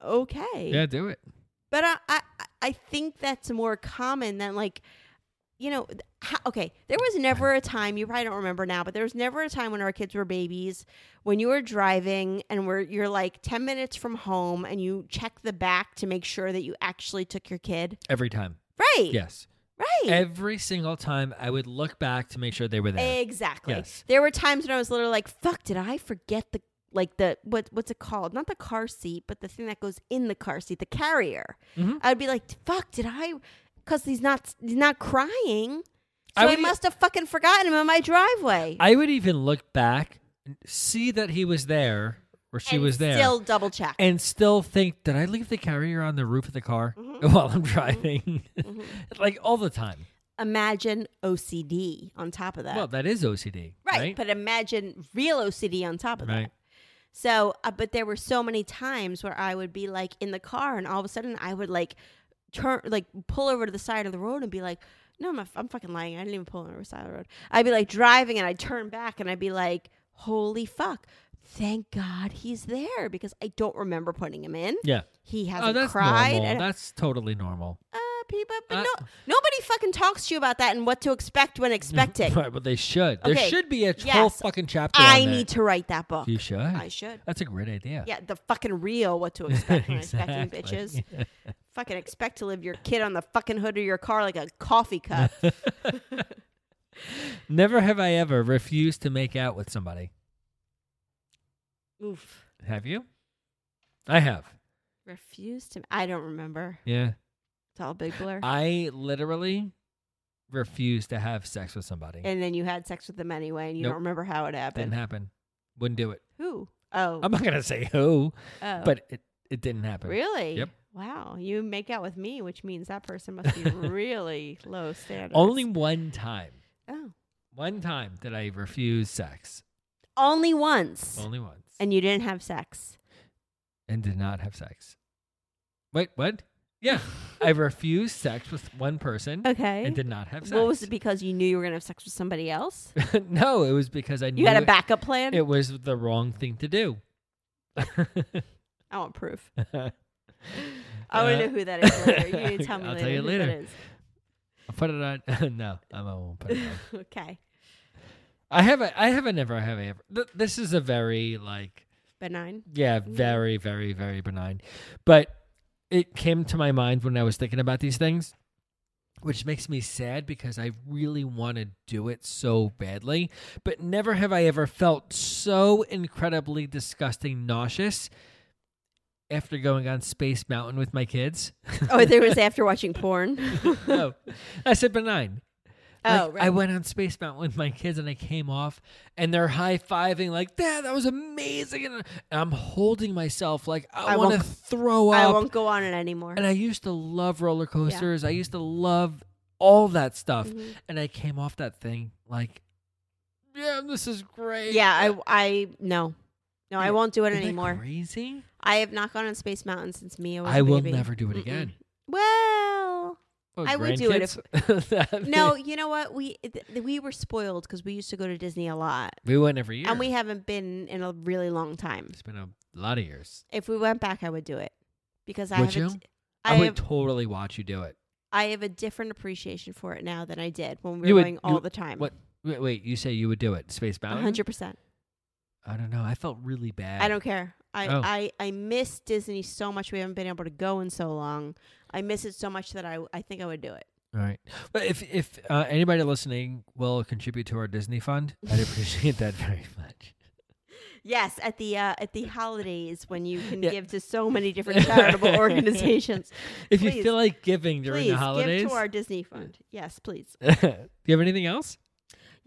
S2: okay.
S1: Yeah, do it.
S2: But I, I, I think that's more common than like, you know, th- how, okay. There was never a time you probably don't remember now, but there was never a time when our kids were babies when you were driving and were you're like ten minutes from home and you check the back to make sure that you actually took your kid.
S1: Every time.
S2: Right.
S1: Yes.
S2: Right.
S1: Every single time I would look back to make sure they were there.
S2: Exactly.
S1: Yes.
S2: There were times when I was literally like, "Fuck! Did I forget the like the what what's it called? Not the car seat, but the thing that goes in the car seat, the carrier."
S1: Mm-hmm.
S2: I'd be like, "Fuck! Did I?" Because he's not he's not crying, so
S1: I
S2: I,
S1: would-
S2: must have fucking forgotten him in my driveway.
S1: I would even look back, and see that he was there or she
S2: And
S1: was there.
S2: Still double check.
S1: and still think, did I leave the carrier on the roof of the car
S2: Mm-hmm.
S1: while I'm driving? like all the time.
S2: imagine OCD on top of that.
S1: Well, that is OCD,
S2: Uh, right,
S1: right?
S2: But imagine real OCD on top of
S1: Right.
S2: that. So, uh, but there were so many times where I would be like in the car, and all of a sudden I would like turn, like pull over to the side of the road and be like, "No, I'm, not, I'm fucking lying. I didn't even pull over to the side of the road." I'd be like driving, and I'd turn back, and I'd be like, "Holy fuck! thank God he's there because I don't remember putting him in.
S1: Yeah.
S2: He hasn't
S1: Oh, that's
S2: cried.
S1: normal.
S2: and-
S1: That's totally normal.
S2: uh, pe- but, but
S1: Uh,
S2: no, nobody fucking talks to you about that and what to expect when expecting.
S1: Right, but they should. There
S2: Okay.
S1: should be a whole
S2: Yes.
S1: fucking chapter.
S2: I
S1: on
S2: need
S1: that.
S2: to write that book.
S1: You should.
S2: I should.
S1: That's a great idea.
S2: Yeah, the fucking real what to expect when expecting
S1: Exactly.
S2: bitches. fucking expect to live your kid on the fucking hood of your car like a coffee cup.
S1: Never have I ever refused to make out with somebody.
S2: Oof.
S1: Have you? I have.
S2: Refuse to. I don't remember.
S1: Yeah.
S2: It's all big blur.
S1: I literally refused to have sex with somebody.
S2: and then you had sex with them anyway, and you
S1: Nope.
S2: don't remember how it
S1: didn't
S2: happened.
S1: happen. Wouldn't do it.
S2: Who? Oh,
S1: I'm not gonna say who,
S2: oh.
S1: but it, it didn't happen.
S2: really?
S1: Yep.
S2: Wow, you make out with me, which means that person must be really low standards.
S1: Only one time.
S2: oh,
S1: One time did I refuse sex.
S2: only once,
S1: Only once.
S2: and you didn't have sex.
S1: and did not have sex. Wait, what? Yeah. I refused sex with one person
S2: Okay.
S1: and did not have sex.
S2: What was it because you knew you were gonna have sex with somebody else?
S1: no, it was because I knew
S2: You had a
S1: it-
S2: backup plan.
S1: It was the wrong thing to do.
S2: I want proof.
S1: I'll
S2: I want to know who that is later. You need to tell me
S1: Uh, I'll
S2: later.
S1: tell you
S2: who
S1: later.
S2: That is.
S1: put it on. no, I won't put it on.
S2: okay,
S1: I have a, I have a never have I ever. Th- this is a very like
S2: benign.
S1: yeah, very very very benign, but it came to my mind when I was thinking about these things, which makes me sad because I really want to do it so badly, but never have I ever felt so incredibly disgusting nauseous after going on Space Mountain with my kids.
S2: Oh, there was after watching porn.
S1: no, Oh. I said benign.
S2: Oh,
S1: Like,
S2: right.
S1: I went on Space Mountain with my kids and I came off and they're high fiving like, Dad, that was amazing. And I'm holding myself like I,
S2: I
S1: want to
S2: won't-
S1: throw up.
S2: I won't go on it anymore.
S1: And I used to love roller coasters. I used to love all that stuff.
S2: Mhm.
S1: And I came off that thing like, Yeah, this is great.
S2: yeah, I, I no, no, I won't do it
S1: Isn't that
S2: anymore.
S1: Crazy.
S2: I have not gone on Space Mountain since Mia was.
S1: I
S2: a
S1: will
S2: baby.
S1: never do it
S2: Mm-mm.
S1: again.
S2: Well,
S1: What,
S2: I would do it
S1: grandkids?
S2: no, you know what? We th- we were spoiled because we used to go to Disney a lot,
S1: we went every year.
S2: and we haven't been in a really long time.
S1: it's been a lot of years.
S2: If we went back, I would do it because I
S1: Would
S2: haven't.
S1: you?
S2: I,
S1: I, would
S2: have,
S1: totally watch you do it.
S2: I have a different appreciation for it now than I did when we
S1: You
S2: were
S1: would-
S2: going
S1: you
S2: all
S1: would-
S2: the time.
S1: What? Wait, wait, you say you would do it? Space
S2: A
S1: Mountain?
S2: hundred percent.
S1: I don't know. I felt really bad.
S2: I don't care. I,
S1: Oh.
S2: I I miss Disney so much. We haven't been able to go in so long. I miss it so much that I I think I would do it.
S1: All right. But if if uh, anybody listening will contribute to our Disney fund, I'd appreciate that very much.
S2: Yes, at the uh, at the holidays when you can
S1: Yeah.
S2: give to so many different charitable organizations.
S1: If you
S2: Please.
S1: feel like giving during
S2: please
S1: the holidays, Uh,
S2: give to our Disney fund. Yes, please.
S1: do you have anything else?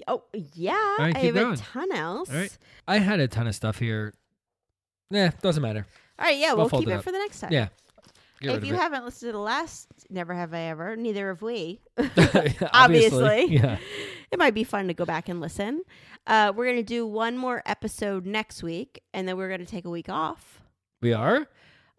S2: Oh yeah,
S1: right,
S2: I
S1: keep
S2: have
S1: going.
S2: a ton else.
S1: All right. I had a ton of stuff here. Nah, doesn't matter.
S2: All right, yeah,
S1: We'll
S2: we'll,
S1: fold
S2: keep
S1: it
S2: it,
S1: up.
S2: for the next time.
S1: Yeah. Get rid
S2: If
S1: of
S2: you
S1: it.
S2: haven't listened to the last Never Have I Ever, neither have we.
S1: obviously,
S2: obviously.
S1: yeah.
S2: It might be fun to go back and listen. Uh, we're going to do one more episode next week, and then we're going to take a week off.
S1: We are.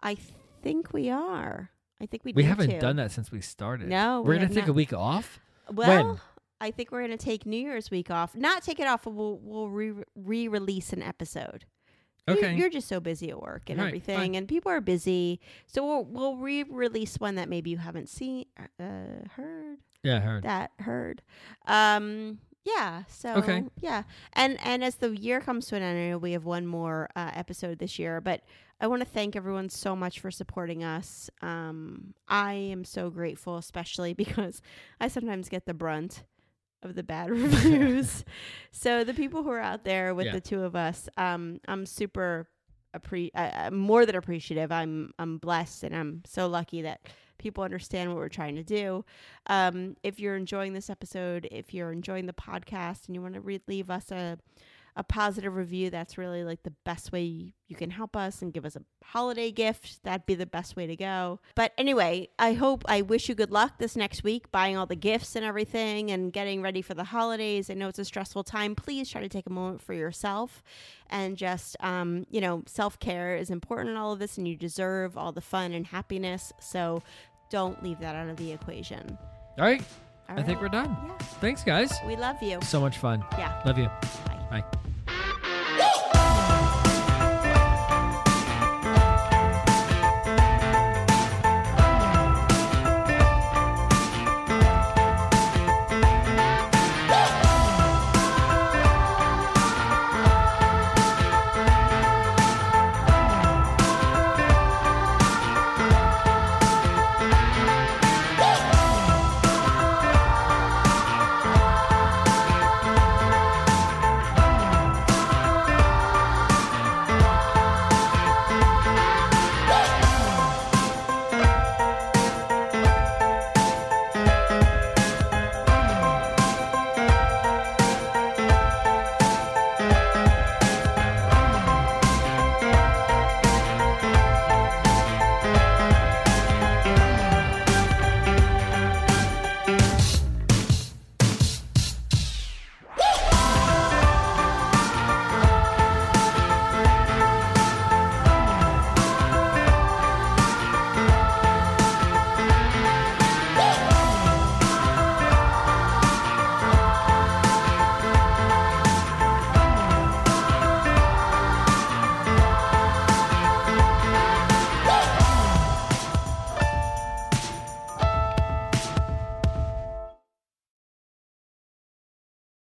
S2: I think we are. I think we
S1: We
S2: do
S1: haven't
S2: too.
S1: done that since we started.
S2: No,
S1: we're
S2: we
S1: gonna
S2: have
S1: take a
S2: not.
S1: week off.
S2: Well,
S1: When?
S2: I think we're going to take New Year's week off. Not take it off. but We'll we'll re release an episode. You-
S1: Okay.
S2: you're just so busy at work and
S1: Right,
S2: everything,
S1: fine.
S2: and people are busy. So we'll we'll re release one that maybe you haven't seen, uh, heard
S1: yeah, I heard.
S2: that heard. Um, yeah. So
S1: Okay.
S2: yeah, and and as the year comes to an end, I know we have one more uh, episode this year, but I want to thank everyone so much for supporting us. Um, I am so grateful, especially because I sometimes get the brunt of the bad reviews. so the people who are out there with
S1: Yeah.
S2: the two of us, um, I'm super. Appre- uh, uh, more than appreciative. I'm I'm blessed and I'm so lucky that people understand what we're trying to do. Um, if you're enjoying this episode, if you're enjoying the podcast and you want to re- leave us a, a positive review, that's really like the best way you can help us and give us a holiday gift. That'd be the best way to go. But anyway, I hope, I wish you good luck this next week buying all the gifts and everything and getting ready for the holidays. I know it's a stressful time. Please try to take a moment for yourself and just, um, you know, self care is important in all of this and you deserve all the fun and happiness. So, don't leave that out of the equation.
S1: All right.
S2: All
S1: I think
S2: right.
S1: we're done.
S2: Yeah.
S1: Thanks, guys.
S2: We love you.
S1: So much fun.
S2: Yeah.
S1: Love you.
S2: Bye.
S1: Bye.